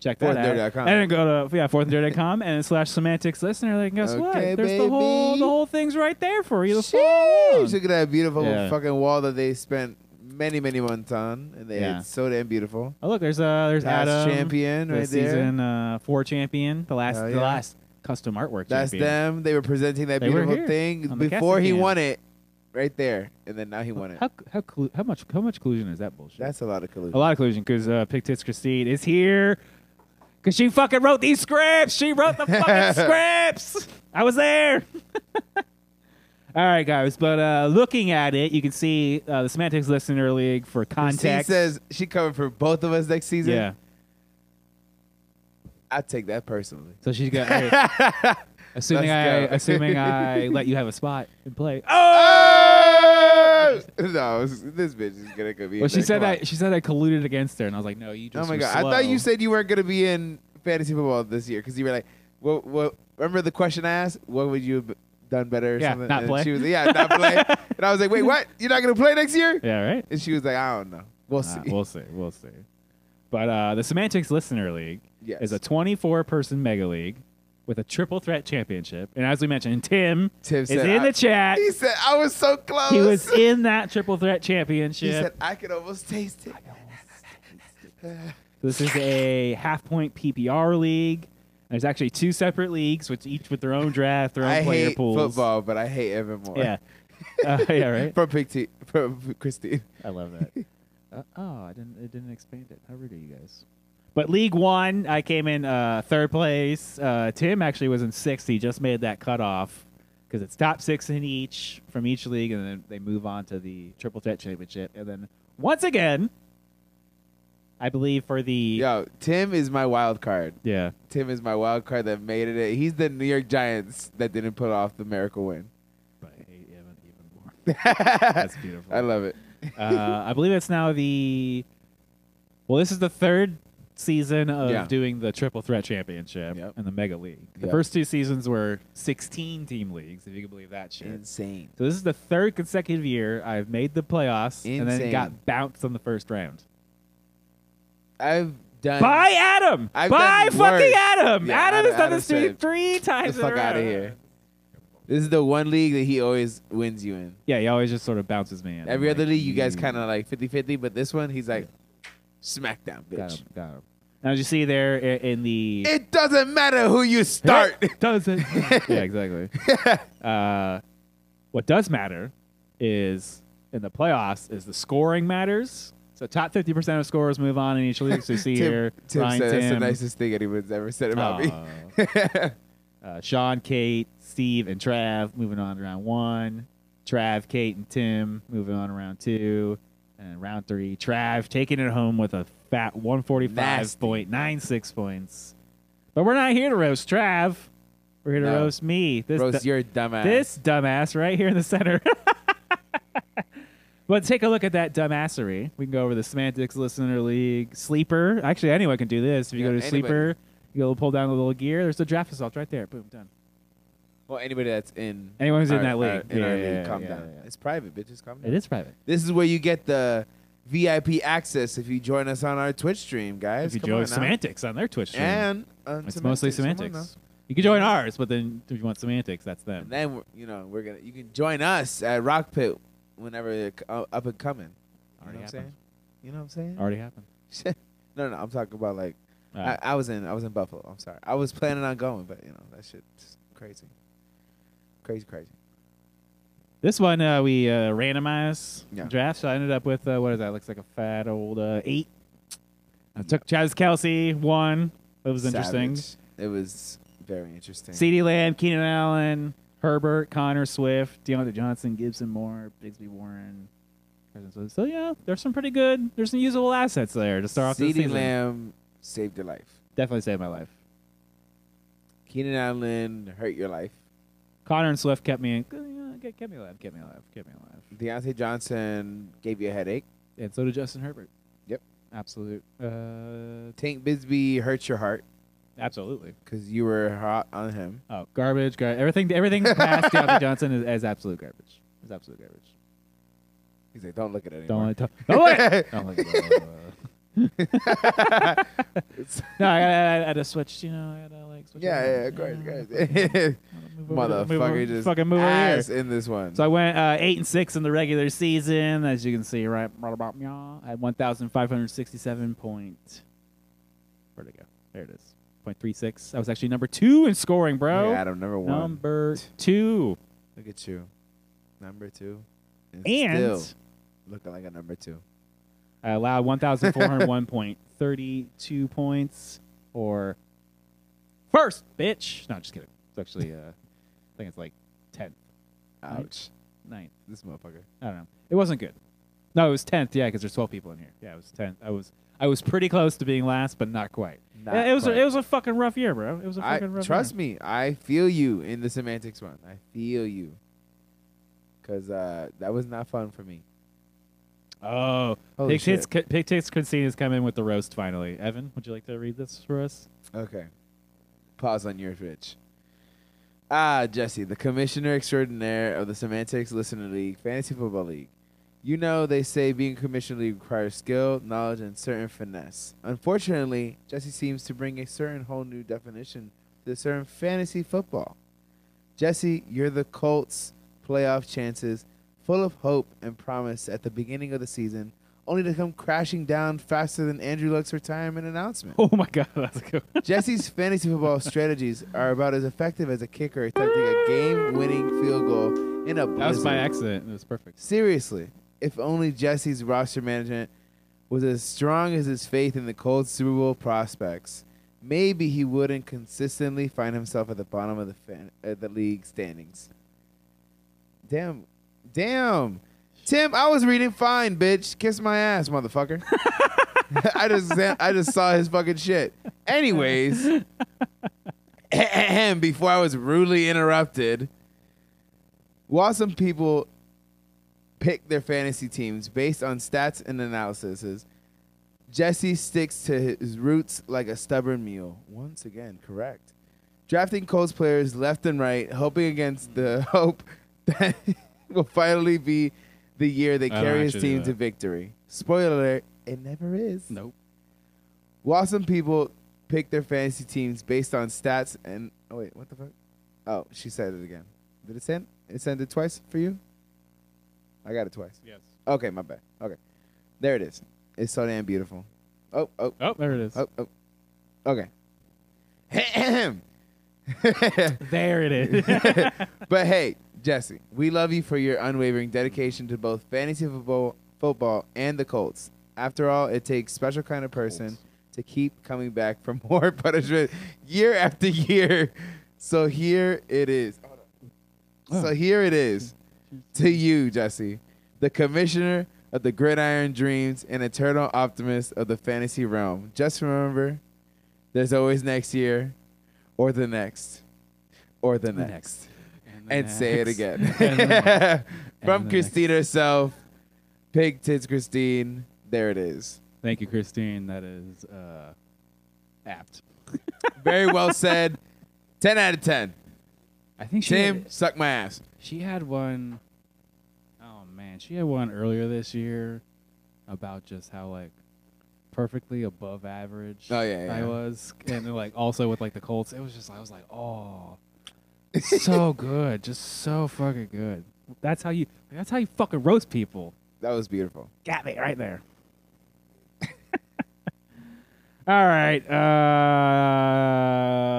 Speaker 1: check that out,
Speaker 2: 4third.com.
Speaker 1: and then go to yeah fourthanddirty.com and then slash semantics listener. Like, guess what?
Speaker 2: Okay,
Speaker 1: There's the whole
Speaker 2: baby.
Speaker 1: the whole thing's right there for you. to follow along.
Speaker 2: Sheesh, look at that beautiful
Speaker 1: Yeah.
Speaker 2: fucking wall that they spent many, many months on, and they
Speaker 1: Yeah.
Speaker 2: it's so damn beautiful.
Speaker 1: Oh look, there's uh there's
Speaker 2: Past
Speaker 1: Adam
Speaker 2: champion
Speaker 1: the
Speaker 2: right there.
Speaker 1: season uh, four champion, the last
Speaker 2: Hell
Speaker 1: the
Speaker 2: yeah.
Speaker 1: last custom artwork.
Speaker 2: That's
Speaker 1: champion.
Speaker 2: them. They were presenting that
Speaker 1: They were
Speaker 2: beautiful
Speaker 1: here
Speaker 2: thing
Speaker 1: on the
Speaker 2: before
Speaker 1: casting
Speaker 2: he
Speaker 1: cam.
Speaker 2: won it, right there, and then now he won it.
Speaker 1: How how collu- how much how much collusion is that bullshit?
Speaker 2: That's a lot of collusion.
Speaker 1: A lot of collusion because uh, Pig Tits Christine is here because she fucking wrote these scripts. She wrote the
Speaker 2: <laughs>
Speaker 1: fucking scripts. I was there. <laughs> All right, guys. But uh, looking at it, you can see uh, the Semantics Listener League for
Speaker 2: She
Speaker 1: context.
Speaker 2: says she covered for both of us next season.
Speaker 1: yeah.
Speaker 2: I take that personally.
Speaker 1: So she's got. hey,
Speaker 2: <laughs>
Speaker 1: assuming I
Speaker 2: Let's go.
Speaker 1: assuming
Speaker 2: <laughs>
Speaker 1: I let you have a spot and play.
Speaker 2: Oh! <laughs> No, this bitch is gonna go be.
Speaker 1: Well, she
Speaker 2: there.
Speaker 1: said
Speaker 2: Come on.
Speaker 1: that she said I colluded against her, and I was like, no, you just.
Speaker 2: Oh my
Speaker 1: were
Speaker 2: god! I thought you
Speaker 1: slow.
Speaker 2: said you weren't gonna be in fantasy football this year because you were like, "What? What?" Remember the question I asked? What would you have done better? Or
Speaker 1: Yeah,
Speaker 2: something?
Speaker 1: not
Speaker 2: and
Speaker 1: play.
Speaker 2: She was like, yeah, not play.
Speaker 1: <laughs>
Speaker 2: and I was like, "Wait, what? You're not gonna play next year?"
Speaker 1: Yeah,
Speaker 2: <laughs>
Speaker 1: right.
Speaker 2: And she was like, "I don't know. We'll
Speaker 1: Uh,
Speaker 2: see."
Speaker 1: we'll see. We'll see. But uh, the Semantics Listener League
Speaker 2: Yes.
Speaker 1: is a 24-person mega league with a triple threat championship, and as we mentioned, Tim
Speaker 2: Tim
Speaker 1: is
Speaker 2: said,
Speaker 1: in
Speaker 2: I-
Speaker 1: the chat.
Speaker 2: <laughs> He said, "I was so close."
Speaker 1: He
Speaker 2: <laughs>
Speaker 1: was in that triple threat
Speaker 2: He said,
Speaker 1: championship.
Speaker 2: "I could almost taste it."
Speaker 1: This is a half-point PPR league. There's actually two separate leagues, which each with their own draft, their own
Speaker 2: I
Speaker 1: player
Speaker 2: hate
Speaker 1: pools.
Speaker 2: football, but I hate even more. <laughs>
Speaker 1: Yeah. Uh, yeah, right.
Speaker 2: From Big T, from Christine.
Speaker 1: I love that. uh, oh, I didn't. It didn't expand it. How rude are you guys? But League One, I came in uh, third place. Uh, Tim actually was in sixth. He just made that cutoff because it's top six in each from each league, and then they move on to the triple threat championship. And then once again, I believe for the
Speaker 2: Yo, Tim is my wild card.
Speaker 1: yeah
Speaker 2: Tim is my wild card that made it. in. He's the New York Giants that didn't put off the miracle win. <laughs>
Speaker 1: but I hate Evan even more.
Speaker 2: I
Speaker 1: That's beautiful.
Speaker 2: love it.
Speaker 1: uh, I believe it's now the. Well, this is the third season of
Speaker 2: Yeah.
Speaker 1: doing the Triple Threat Championship
Speaker 2: Yep.
Speaker 1: and the Mega League. The
Speaker 2: Yep.
Speaker 1: first two seasons were 16 team leagues, if you can believe that shit.
Speaker 2: Insane.
Speaker 1: So this is the third consecutive year I've made the playoffs and then
Speaker 2: Insane.
Speaker 1: got bounced on the first round.
Speaker 2: I've done.
Speaker 1: By Adam!
Speaker 2: I've
Speaker 1: By
Speaker 2: done
Speaker 1: fucking
Speaker 2: worse.
Speaker 1: Adam!
Speaker 2: Yeah,
Speaker 1: Adam
Speaker 2: Adam-
Speaker 1: has done
Speaker 2: Adam
Speaker 1: this to me
Speaker 2: said,
Speaker 1: three times
Speaker 2: the fuck
Speaker 1: in a row.
Speaker 2: out of here. This is the one league that he always wins you in.
Speaker 1: Yeah, he always just sort of bounces me in.
Speaker 2: Every
Speaker 1: I'm
Speaker 2: other
Speaker 1: like,
Speaker 2: league, you guys kind of like 50 50, but this one, he's like, smackdown,
Speaker 1: Got
Speaker 2: bitch.
Speaker 1: him, got him. Now, as you see there i- in the
Speaker 2: It doesn't matter who you start.
Speaker 1: does it?
Speaker 2: <laughs>
Speaker 1: yeah, exactly. uh, what does matter is in the playoffs is the scoring matters. So top fifty percent of scorers move on in each league. So you see
Speaker 2: <laughs> Tim,
Speaker 1: here,
Speaker 2: Tim
Speaker 1: Ryan,
Speaker 2: said that's the
Speaker 1: Tim,
Speaker 2: nicest thing anyone's ever said about me. <laughs>
Speaker 1: Aw. uh, Sean, Kate, Steve, and Trav moving on to round one. Trav, Kate, and Tim moving on to round two. And round three, Trav taking it home with a fat 145.96 points. But we're not here to roast Trav. We're here to
Speaker 2: No.
Speaker 1: roast me. This
Speaker 2: Roast
Speaker 1: du-
Speaker 2: your dumbass.
Speaker 1: this dumbass right here in the center. <laughs> but take a look at that dumbassery. We can go over the Semantics Listener League Sleeper. Actually, anyone can do this. If you
Speaker 2: Yeah,
Speaker 1: go to
Speaker 2: anybody.
Speaker 1: Sleeper, you go pull down the little gear. There's the draft assault right there. Boom, done.
Speaker 2: Well, anybody that's in
Speaker 1: Anyone who's in
Speaker 2: our-
Speaker 1: that league.
Speaker 2: our- in
Speaker 1: Yeah,
Speaker 2: our
Speaker 1: yeah,
Speaker 2: league, calm
Speaker 1: yeah,
Speaker 2: down.
Speaker 1: yeah.
Speaker 2: It's private, bitches. Calm down.
Speaker 1: It is private.
Speaker 2: This is where you get the VIP access if you join us on our Twitch stream, guys.
Speaker 1: If you
Speaker 2: Come
Speaker 1: join
Speaker 2: on now.
Speaker 1: Semantics on their Twitch stream,
Speaker 2: and uh,
Speaker 1: it's mostly
Speaker 2: Come on
Speaker 1: Semantics.
Speaker 2: now.
Speaker 1: You can join ours, but then if you want Semantics, that's them.
Speaker 2: And then we're- you know we're gonna you can join us at Rock Pit whenever it c- uh, up and coming. You know
Speaker 1: Already
Speaker 2: what I'm
Speaker 1: happened.
Speaker 2: saying? You know what I'm saying?
Speaker 1: Already happened.
Speaker 2: <laughs> no, no, I'm talking about like
Speaker 1: Uh,
Speaker 2: I, I was in I was in Buffalo. I'm sorry, I was planning on going, but you know that shit's crazy, crazy, crazy.
Speaker 1: This one uh, we uh, randomized
Speaker 2: Yeah.
Speaker 1: draft, so I ended up with uh, what is that? Looks like a fat old uh, eight. I took Chaz Kelsey one. That was interesting.
Speaker 2: Savage. It was very interesting.
Speaker 1: C.D. Lamb, Keenan Allen, Herbert, Connor Swift, Deontay Johnson, Gibson Moore, Bigsby Warren. Carson Swift. So yeah, there's some pretty good. There's some usable assets there to start off the
Speaker 2: CeeDee
Speaker 1: season.
Speaker 2: Lamb saved your life.
Speaker 1: Definitely saved my life.
Speaker 2: Keenan Allen hurt your life.
Speaker 1: Connor and Swift kept me in. yeah, Kept me alive. Kept me alive. Kept me alive.
Speaker 2: Deontay Johnson gave you a headache.
Speaker 1: And so did Justin Herbert.
Speaker 2: Yep.
Speaker 1: Absolute. Uh,
Speaker 2: Tank Bisbee hurt your heart
Speaker 1: absolutely.
Speaker 2: because you were hot on him.
Speaker 1: Oh, garbage, gar- everything, everything past
Speaker 2: <laughs>
Speaker 1: Deontay Johnson is, is absolute garbage. Is absolute garbage.
Speaker 2: He's like, don't look at it
Speaker 1: Don't
Speaker 2: anymore.
Speaker 1: let, don't let,
Speaker 2: <laughs>
Speaker 1: don't let uh, No, I gotta, I gotta switch. You know, I gotta like switch.
Speaker 2: yeah,
Speaker 1: over.
Speaker 2: yeah, yeah, guys,
Speaker 1: You know,
Speaker 2: guys.
Speaker 1: move
Speaker 2: <laughs>
Speaker 1: over- move over-
Speaker 2: Motherfucker just
Speaker 1: fucking move over
Speaker 2: ass
Speaker 1: here.
Speaker 2: in this one.
Speaker 1: So I went uh, eight and six in the regular season, as you can see right, right about me. I had one thousand five hundred sixty-seven point. Where'd it go? There it is. Point three six. I was actually number two in scoring, bro.
Speaker 2: yeah, Adam, number one.
Speaker 1: number two,
Speaker 2: look at you, number two, and,
Speaker 1: and.
Speaker 2: still looking like a number two.
Speaker 1: I allowed <laughs> 1,401.32 points or first, bitch. No, just kidding. It's actually, uh, I think it's like 10th,
Speaker 2: Ouch,
Speaker 1: Right. ninth.
Speaker 2: this motherfucker.
Speaker 1: I don't know. It wasn't good. No, it was 10th. Yeah, because there's 12 people in here. Yeah, it was 10th. I was I was pretty close to being last, but not quite.
Speaker 2: Not
Speaker 1: it was
Speaker 2: quite.
Speaker 1: A, it was a fucking rough year, bro. It was a
Speaker 2: I,
Speaker 1: fucking rough.
Speaker 2: trust me, I feel you in the semantics one. I feel you. Cause uh, that was not fun for me.
Speaker 1: me. Oh,
Speaker 2: Holy
Speaker 1: Pig Tits,
Speaker 2: shit.
Speaker 1: Ca- Pig Tits Christine has come in with the roast finally. Evan, would you like to read this for us? <laughs>
Speaker 2: Okay. Pause on your Twitch. Ah, Jesse, the commissioner extraordinaire of the Semantics Listener League, Fantasy Football League. You know they say being commissioner league requires skill, knowledge, and certain finesse. Unfortunately, Jesse seems to bring a certain whole new definition to the term fantasy football. Jesse, you're the Colts' playoff chances, full of hope and promise at the beginning of the season, only to come crashing down faster than Andrew Luck's retirement announcement.
Speaker 1: Oh my god, that's a good. one.
Speaker 2: Jesse's fantasy football strategies are about as effective as a kicker attempting a game-winning field goal in a blizzard.
Speaker 1: That was by accident. It was perfect.
Speaker 2: Seriously, if only Jesse's roster management was as strong as his faith in the Colts Super Bowl prospects, maybe he wouldn't consistently find himself at the bottom of the fan, uh, the league standings. Damn, damn, Tim, I was reading fine, bitch. Kiss my ass, motherfucker. <laughs> I just I just saw his fucking shit. Anyways, <laughs> before I was rudely interrupted, while some people pick their fantasy teams based on stats and analysis. Jesse sticks to his roots like a stubborn mule. Once again, correct. Drafting Colts players left and right, hoping against the <laughs> hope that <laughs> will finally be the year they
Speaker 1: I don't
Speaker 2: carry his
Speaker 1: actually do
Speaker 2: team to
Speaker 1: that.
Speaker 2: victory. Spoiler alert, it never is.
Speaker 1: Nope.
Speaker 2: While some people pick their fantasy teams based on stats and oh wait, what the fuck? Oh, she said it again. Did it send? It sent it twice for you. I got it twice.
Speaker 1: Yes.
Speaker 2: Okay, my bad. Okay, there it is. It's so damn beautiful. Oh, oh,
Speaker 1: Oh, there it is.
Speaker 2: oh, oh. Okay.
Speaker 1: <laughs>
Speaker 2: <clears throat>
Speaker 1: There it
Speaker 2: <laughs>
Speaker 1: is. <laughs>
Speaker 2: but hey, Jesse, we love you for your unwavering dedication to both fantasy football, football and the Colts. After all, it takes special kind of person
Speaker 1: Colts.
Speaker 2: to keep coming back for <laughs> more punishment year after year. So here it is. So here it is to you, Jesse, the commissioner of the gridiron dreams and eternal optimist of the fantasy realm. Just remember, there's always next year, or the next, or the next and say it <laughs>
Speaker 1: And the next.
Speaker 2: again.
Speaker 1: the
Speaker 2: From
Speaker 1: next.
Speaker 2: Christine herself, Pig Tits Christine. There it is.
Speaker 1: Thank you, Christine. That is uh, apt.
Speaker 2: Very well said. <laughs> 10 out of 10.
Speaker 1: I think she
Speaker 2: Tim,
Speaker 1: had,
Speaker 2: suck my ass.
Speaker 1: she had one oh man, she had one earlier this year about just how like perfectly above average
Speaker 2: Oh, yeah, yeah,
Speaker 1: I
Speaker 2: yeah.
Speaker 1: was, and then, like also with like the Colts, it was just I was like,
Speaker 2: <laughs>
Speaker 1: oh, so good, just so fucking good. That's how you. That's how you fucking roast people.
Speaker 2: That was beautiful.
Speaker 1: Got me right there. <laughs> All right.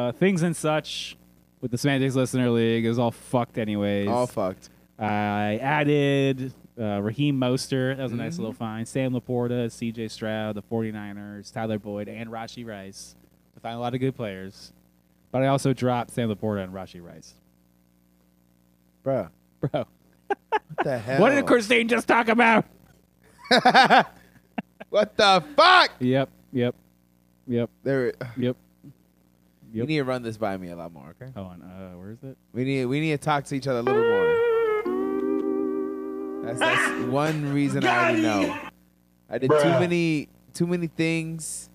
Speaker 1: Uh, things and such with the Semantics Listener League is all fucked, anyways.
Speaker 2: All fucked.
Speaker 1: I added uh, Raheem Moster. That was a nice little find. Sam Laporta, CJ Stroud, the 49ers, Tyler Boyd, and Rashi Rice. I found a lot of good players. But I also dropped Sam Laporta and Rashi Rice. <laughs>
Speaker 2: Bruh.
Speaker 1: Bro,
Speaker 2: What the hell?
Speaker 1: what did Christine just talk about?
Speaker 2: What the fuck?
Speaker 1: Yep, yep, yep,
Speaker 2: There, <sighs>
Speaker 1: yep.
Speaker 2: You
Speaker 1: Yep.
Speaker 2: need to run this by me a lot more, okay?
Speaker 1: Hold on. Uh, where is it?
Speaker 2: We need we need to talk to each other a little more. That's, that's one reason I already know. I did too many too many things.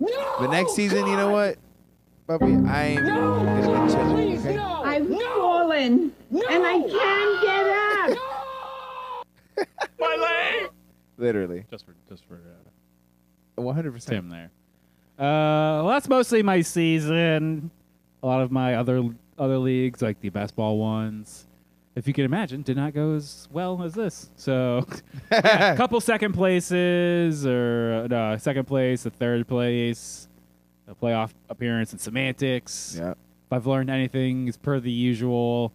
Speaker 2: the next season, you know what, Bubby, I am gonna be chilling. okay?
Speaker 4: I've fallen and I can't get up.
Speaker 2: Literally,
Speaker 1: Just for just for uh,
Speaker 2: one hundred percent.
Speaker 1: Tim there. Uh, well, that's mostly my season. A lot of my other other leagues, like the basketball ones, if you can imagine, did not go as well as this. So, a couple second places, or uh, no, second place, a third place, a playoff appearance in semantics.
Speaker 2: Yeah,
Speaker 1: If I've learned anything, it's per the usual.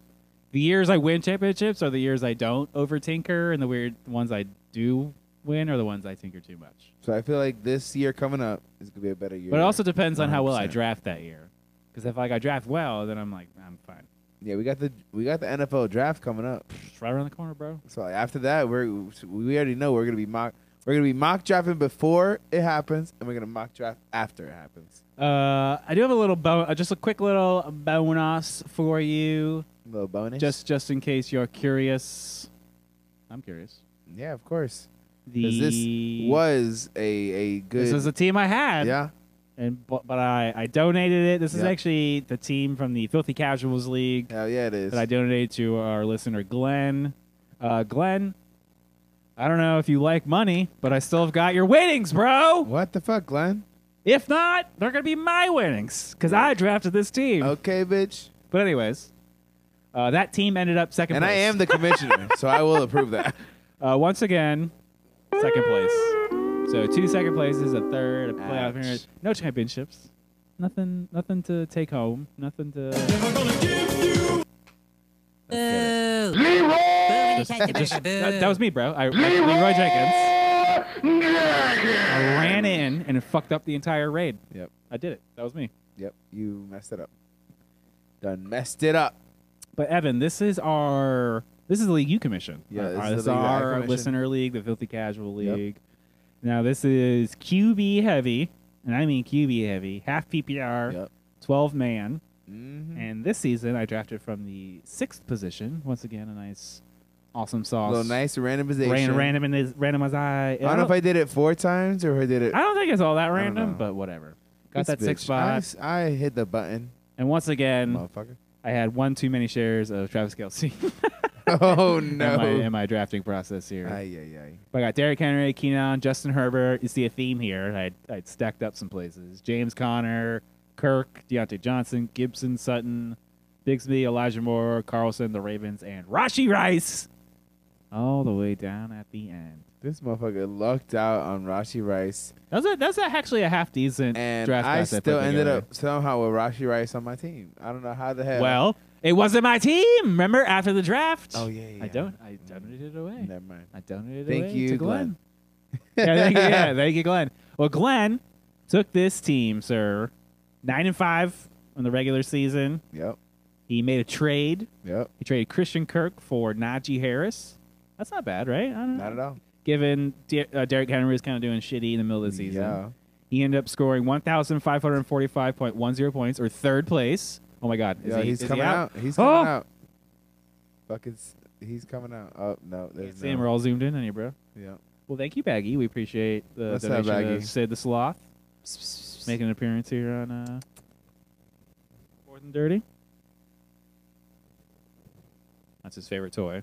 Speaker 1: The years I win championships are the years I don't over tinker, and the weird ones I do win are the ones I tinker too much.
Speaker 2: so I feel like this year coming up is gonna be a better year.
Speaker 1: But it also depends on how well I
Speaker 2: 100%.
Speaker 1: draft that year. Because if like I draft well, then I'm like I'm fine.
Speaker 2: yeah, we got the we got the NFL draft coming up.
Speaker 1: It's right around the corner, bro.
Speaker 2: So after that, we're we already know we're gonna be mock. We're gonna be mock drafting before it happens, and we're gonna mock draft after it happens.
Speaker 1: Uh, I do have a little bo- uh, just a quick little bonus for you,
Speaker 2: little bonus.
Speaker 1: just just in case you're curious. I'm curious.
Speaker 2: yeah, of course.
Speaker 1: The
Speaker 2: 'Cause this was a a good.
Speaker 1: this is a team I had.
Speaker 2: yeah.
Speaker 1: and but, but I, I donated it. This is
Speaker 2: Yeah.
Speaker 1: actually the team from the Filthy Casuals League
Speaker 2: Hell yeah, it is.
Speaker 1: that I donated to our listener Glenn. Uh, Glenn, I don't know if you like money, but I still have got your winnings, bro.
Speaker 2: What the
Speaker 1: <laughs>
Speaker 2: fuck, Glenn?
Speaker 1: If not, they're gonna be my winnings because I drafted this team.
Speaker 2: Okay, bitch.
Speaker 1: But anyways, uh, that team ended up second.
Speaker 2: And I
Speaker 1: place.
Speaker 2: am the commissioner, so I will
Speaker 1: <laughs>
Speaker 2: approve that.
Speaker 1: Uh, once again, second place. So two second places, a third, a playoff.
Speaker 2: Ouch.
Speaker 1: appearance. No championships. Nothing. Nothing to take home. Nothing to.
Speaker 3: Boo. Leroy. Boo when you touch the burger. Boo.
Speaker 1: That, that was me, bro. I, I Leroy Jenkins. I ran in and fucked up the entire raid.
Speaker 2: Yep.
Speaker 1: I did it. That was me.
Speaker 2: Yep. You messed it up. Done messed it up.
Speaker 1: But Evan, this is our this is the league you commission.
Speaker 2: Yeah,
Speaker 1: Uh,
Speaker 2: this
Speaker 1: this,
Speaker 2: is the
Speaker 1: is
Speaker 2: league I
Speaker 1: our
Speaker 2: commission.
Speaker 1: listener league, the Filthy Casual
Speaker 2: Yep.
Speaker 1: League. Now this is QB heavy, and I mean QB heavy, half PPR,
Speaker 2: Yep.
Speaker 1: twelve man.
Speaker 2: Mm-hmm.
Speaker 1: And this season, I drafted from the sixth position. Once again, a nice, awesome sauce.
Speaker 2: little nice randomization.
Speaker 1: Ran, random in this, randomize. I
Speaker 2: I don't know if I did it four times or if I did it.
Speaker 1: I don't think it's all that
Speaker 2: don't
Speaker 1: random,
Speaker 2: know.
Speaker 1: but whatever. Got
Speaker 2: This
Speaker 1: that six
Speaker 2: bitch. I
Speaker 1: five, Mm-hmm.
Speaker 2: s- I, hit the button,
Speaker 1: and once again,
Speaker 2: motherfucker. <laughs>
Speaker 1: I had one too many shares of Travis <laughs> Kelsey
Speaker 2: Oh
Speaker 1: in, my,
Speaker 2: no.
Speaker 1: in my drafting process here.
Speaker 2: Ay, ay, ay.
Speaker 1: But I got Derrick Henry, Keenan, Justin Herbert. You see a theme here. I'd, I'd stacked up some places. James Conner, Kirk, Deontay Johnson, Gibson, Sutton, Bigsby, Elijah Moore, Carlson, the Ravens, and Rashi Rice. All the way down at the end.
Speaker 2: This motherfucker lucked out on Rashi Rice,
Speaker 1: That's a, that's a, actually a half decent
Speaker 2: and
Speaker 1: draft
Speaker 2: I
Speaker 1: class put
Speaker 2: still ended
Speaker 1: together.
Speaker 2: up somehow with Rashi Rice on my team. I don't know how the hell.
Speaker 1: Well, it wasn't my team. Remember after the draft?
Speaker 2: oh yeah, yeah.
Speaker 1: I don't. I donated it away.
Speaker 2: Never mind.
Speaker 1: I donated
Speaker 2: Thank
Speaker 1: away
Speaker 2: you,
Speaker 1: to
Speaker 2: <laughs>
Speaker 1: Glenn. yeah, thank you, yeah, thank you, Glenn. Well, Glenn took this team, sir, nine and five in the regular season.
Speaker 2: Yep,
Speaker 1: He made a trade.
Speaker 2: yep.
Speaker 1: He traded Christian Kirk for Najee Harris. That's not bad, right? I don't
Speaker 2: Not at all.
Speaker 1: Given De- uh, Derek Henry was kind of doing shitty in the middle of the season,
Speaker 2: Yeah.
Speaker 1: he ended up scoring 1,545.10 points, or third place. Oh my God, is
Speaker 2: Yeah,
Speaker 1: he,
Speaker 2: he's
Speaker 1: is he
Speaker 2: coming
Speaker 1: out?
Speaker 2: out. He's coming
Speaker 1: Oh!
Speaker 2: out. Fucking, s- he's coming out. Oh no, there's
Speaker 1: Sam,
Speaker 2: no.
Speaker 1: we're all zoomed in on you, bro.
Speaker 2: Yeah.
Speaker 1: Well, thank you, Baggy. We appreciate the
Speaker 2: What's up,
Speaker 1: donation
Speaker 2: Baggy?
Speaker 1: of Sid the Sloth making an appearance here on uh, Fourth and Dirty. That's his favorite toy.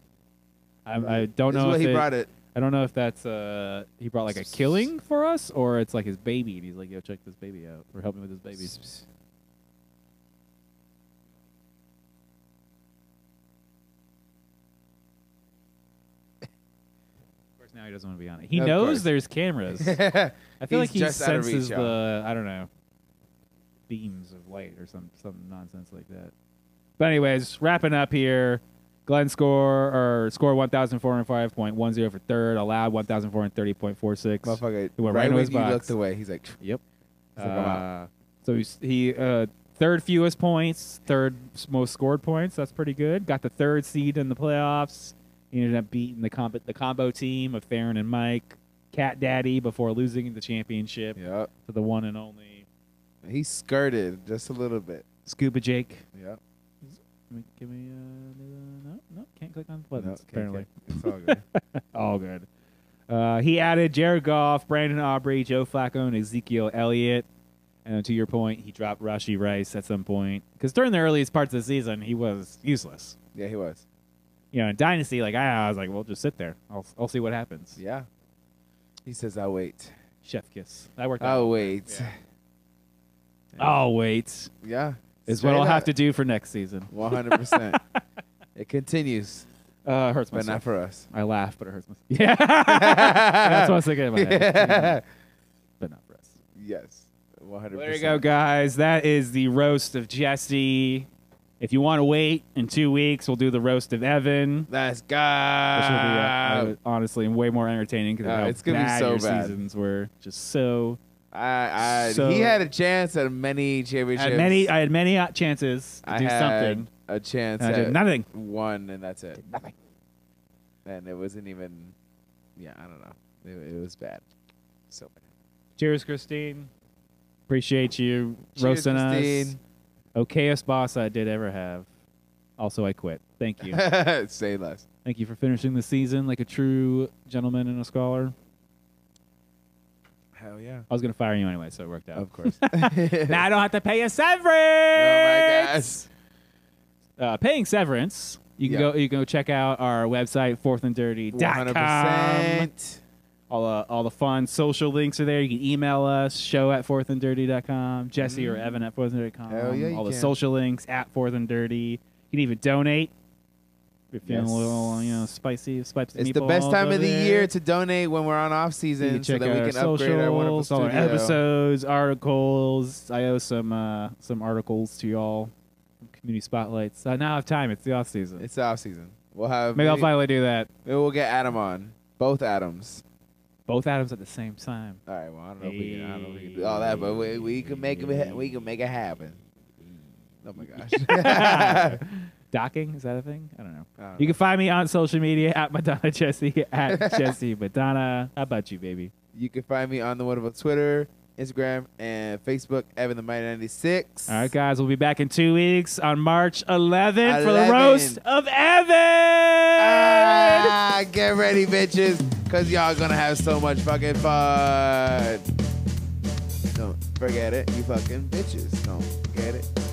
Speaker 1: I, I don't
Speaker 2: This is
Speaker 1: know
Speaker 2: what
Speaker 1: if
Speaker 2: he
Speaker 1: it-
Speaker 2: brought it. <laughs>
Speaker 1: I don't know if that's uh he brought like a killing for us or it's like his baby and he's like, yo, check this baby out. We're helping with this
Speaker 2: <laughs>
Speaker 1: baby. Of course, now he doesn't want to be on it. He
Speaker 2: Of
Speaker 1: knows
Speaker 2: course.
Speaker 1: there's cameras.
Speaker 2: <laughs>
Speaker 1: I feel
Speaker 2: He's
Speaker 1: like he
Speaker 2: just out of
Speaker 1: senses
Speaker 2: reach, y'all.
Speaker 1: the I don't know beams of light or some some nonsense like that. But anyways, wrapping up here. Glenn score or score one thousand four hundred five point one zero for third, allowed one thousand four hundred thirty point four six.
Speaker 2: Motherfucker,
Speaker 1: He went right
Speaker 2: right
Speaker 1: into
Speaker 2: when
Speaker 1: his
Speaker 2: you
Speaker 1: box.
Speaker 2: looked away, he's like,
Speaker 1: Yep.
Speaker 2: He's like, I'm out.
Speaker 1: Uh, so he's, he uh, third fewest points, third s- most scored points. That's pretty good. Got the third seed in the playoffs. He ended up beating the combo the combo team of Theron and Mike, Cat Daddy, before losing the championship
Speaker 2: yep.
Speaker 1: to the one and only
Speaker 2: He skirted just a little bit.
Speaker 1: Scuba Jake.
Speaker 2: Yep.
Speaker 1: Can we, can we uh, no, no, can't click on
Speaker 2: No,
Speaker 1: buttons.
Speaker 2: okay,
Speaker 1: apparently,
Speaker 2: okay. It's all
Speaker 1: <laughs>
Speaker 2: good.
Speaker 1: all good. Uh, he added Jared Goff, Brandon Aubrey, Joe Flacco, and Ezekiel Elliott. And to your point, he dropped Rashi Rice at some point because during the earliest parts of the season, he was useless.
Speaker 2: yeah, he was.
Speaker 1: You know, in Dynasty, like I, I was like, well, just sit there. I'll, I'll see what happens.
Speaker 2: Yeah. He says, I'll wait.
Speaker 1: Chef kiss. That worked out.
Speaker 2: I'll wait.
Speaker 1: Oh, wait.
Speaker 2: Yeah.
Speaker 1: Is what I'll have
Speaker 2: <laughs>
Speaker 1: to do for next season.
Speaker 2: 100%. it continues,
Speaker 1: Uh, it hurts
Speaker 2: but not
Speaker 1: myself.
Speaker 2: for <laughs> us.
Speaker 1: I laugh, but it <laughs> hurts myself. Yeah. That's what I was thinking in my head.
Speaker 2: Mm-hmm.
Speaker 1: but not for us.
Speaker 2: Yes. 100%.
Speaker 1: There you go, guys. That is the roast of Jesse. If you want to wait in two weeks, we'll do the roast of Evan.
Speaker 2: Let's go.
Speaker 1: Which will be uh, uh, honestly way more entertaining because
Speaker 2: Uh,
Speaker 1: how
Speaker 2: it's gonna be
Speaker 1: bad
Speaker 2: so
Speaker 1: your
Speaker 2: bad.
Speaker 1: seasons were. Just so.
Speaker 2: I, I,
Speaker 1: So-
Speaker 2: he had a chance at many
Speaker 1: I
Speaker 2: championships.
Speaker 1: had many. I had many uh, chances to
Speaker 2: I
Speaker 1: do
Speaker 2: had
Speaker 1: something.
Speaker 2: A chance
Speaker 1: and I
Speaker 2: at
Speaker 1: did nothing.
Speaker 2: one, and that's it. And it wasn't even. Yeah, I don't know. It, it was bad. So bad.
Speaker 1: Cheers, Christine. Appreciate you
Speaker 2: Cheers,
Speaker 1: roasting us.
Speaker 2: Christine.
Speaker 1: Okayest boss I did ever have. Also, I quit. Thank
Speaker 2: <laughs>
Speaker 1: you.
Speaker 2: Say less.
Speaker 1: Thank you for finishing the season like a true gentleman and a scholar.
Speaker 2: Hell yeah.
Speaker 1: I was gonna fire you anyway, so it worked out.
Speaker 2: Of <laughs> course. Oh
Speaker 1: now I don't have to pay a severance.
Speaker 2: gosh.
Speaker 1: Uh, paying severance. You can
Speaker 2: Yeah.
Speaker 1: go. You can go check out our website, fourthanddirty.com.
Speaker 2: 100%.
Speaker 1: All uh, all the fun social links are there. You can email us, show at fourthanddirty.com, Jesse or Evan at fourthanddirty.com.
Speaker 2: Mm-hmm. Hell yeah, you
Speaker 1: all the
Speaker 2: can.
Speaker 1: social links at fourthanddirty. You can even donate. If you're feeling
Speaker 2: Yes.
Speaker 1: a little, you know, spicy, spicy.
Speaker 2: It's the
Speaker 1: meatballs
Speaker 2: best time of
Speaker 1: over
Speaker 2: the
Speaker 1: there.
Speaker 2: year to donate when we're on off
Speaker 1: You
Speaker 2: season
Speaker 1: can
Speaker 2: so
Speaker 1: check
Speaker 2: that
Speaker 1: out
Speaker 2: we
Speaker 1: our
Speaker 2: can upgrade our wonderful
Speaker 1: socials, all our
Speaker 2: studio.
Speaker 1: episodes, articles. I owe some uh, some articles to y'all, community spotlights. I now have time. It's the off season.
Speaker 2: It's off season. We'll have
Speaker 1: Maybe I'll finally do that.
Speaker 2: maybe we'll get Adam on. Both Adams.
Speaker 1: Both Adams at the same time.
Speaker 2: All right. Well, I don't know if we can, I don't know if we can do all that, but we, we can make it. We can make it happen. Oh my
Speaker 1: <laughs>
Speaker 2: gosh. I
Speaker 1: Docking is that a thing? I don't know.
Speaker 2: don't
Speaker 1: You
Speaker 2: know.
Speaker 1: can find me on social media <laughs> at Madonna Jesse
Speaker 2: <laughs>
Speaker 1: at Jesse Madonna. How about you, baby?
Speaker 2: You can find me on the wonderful Twitter, Instagram, and Facebook, Evan the Mighty 96.
Speaker 1: All right, guys, we'll be back in two weeks on March 11th for the
Speaker 2: 11.
Speaker 1: roast of Evan.
Speaker 2: Ah, get ready, bitches, because y'all gonna have so much fucking fun. Don't forget it, you fucking bitches. Don't forget it.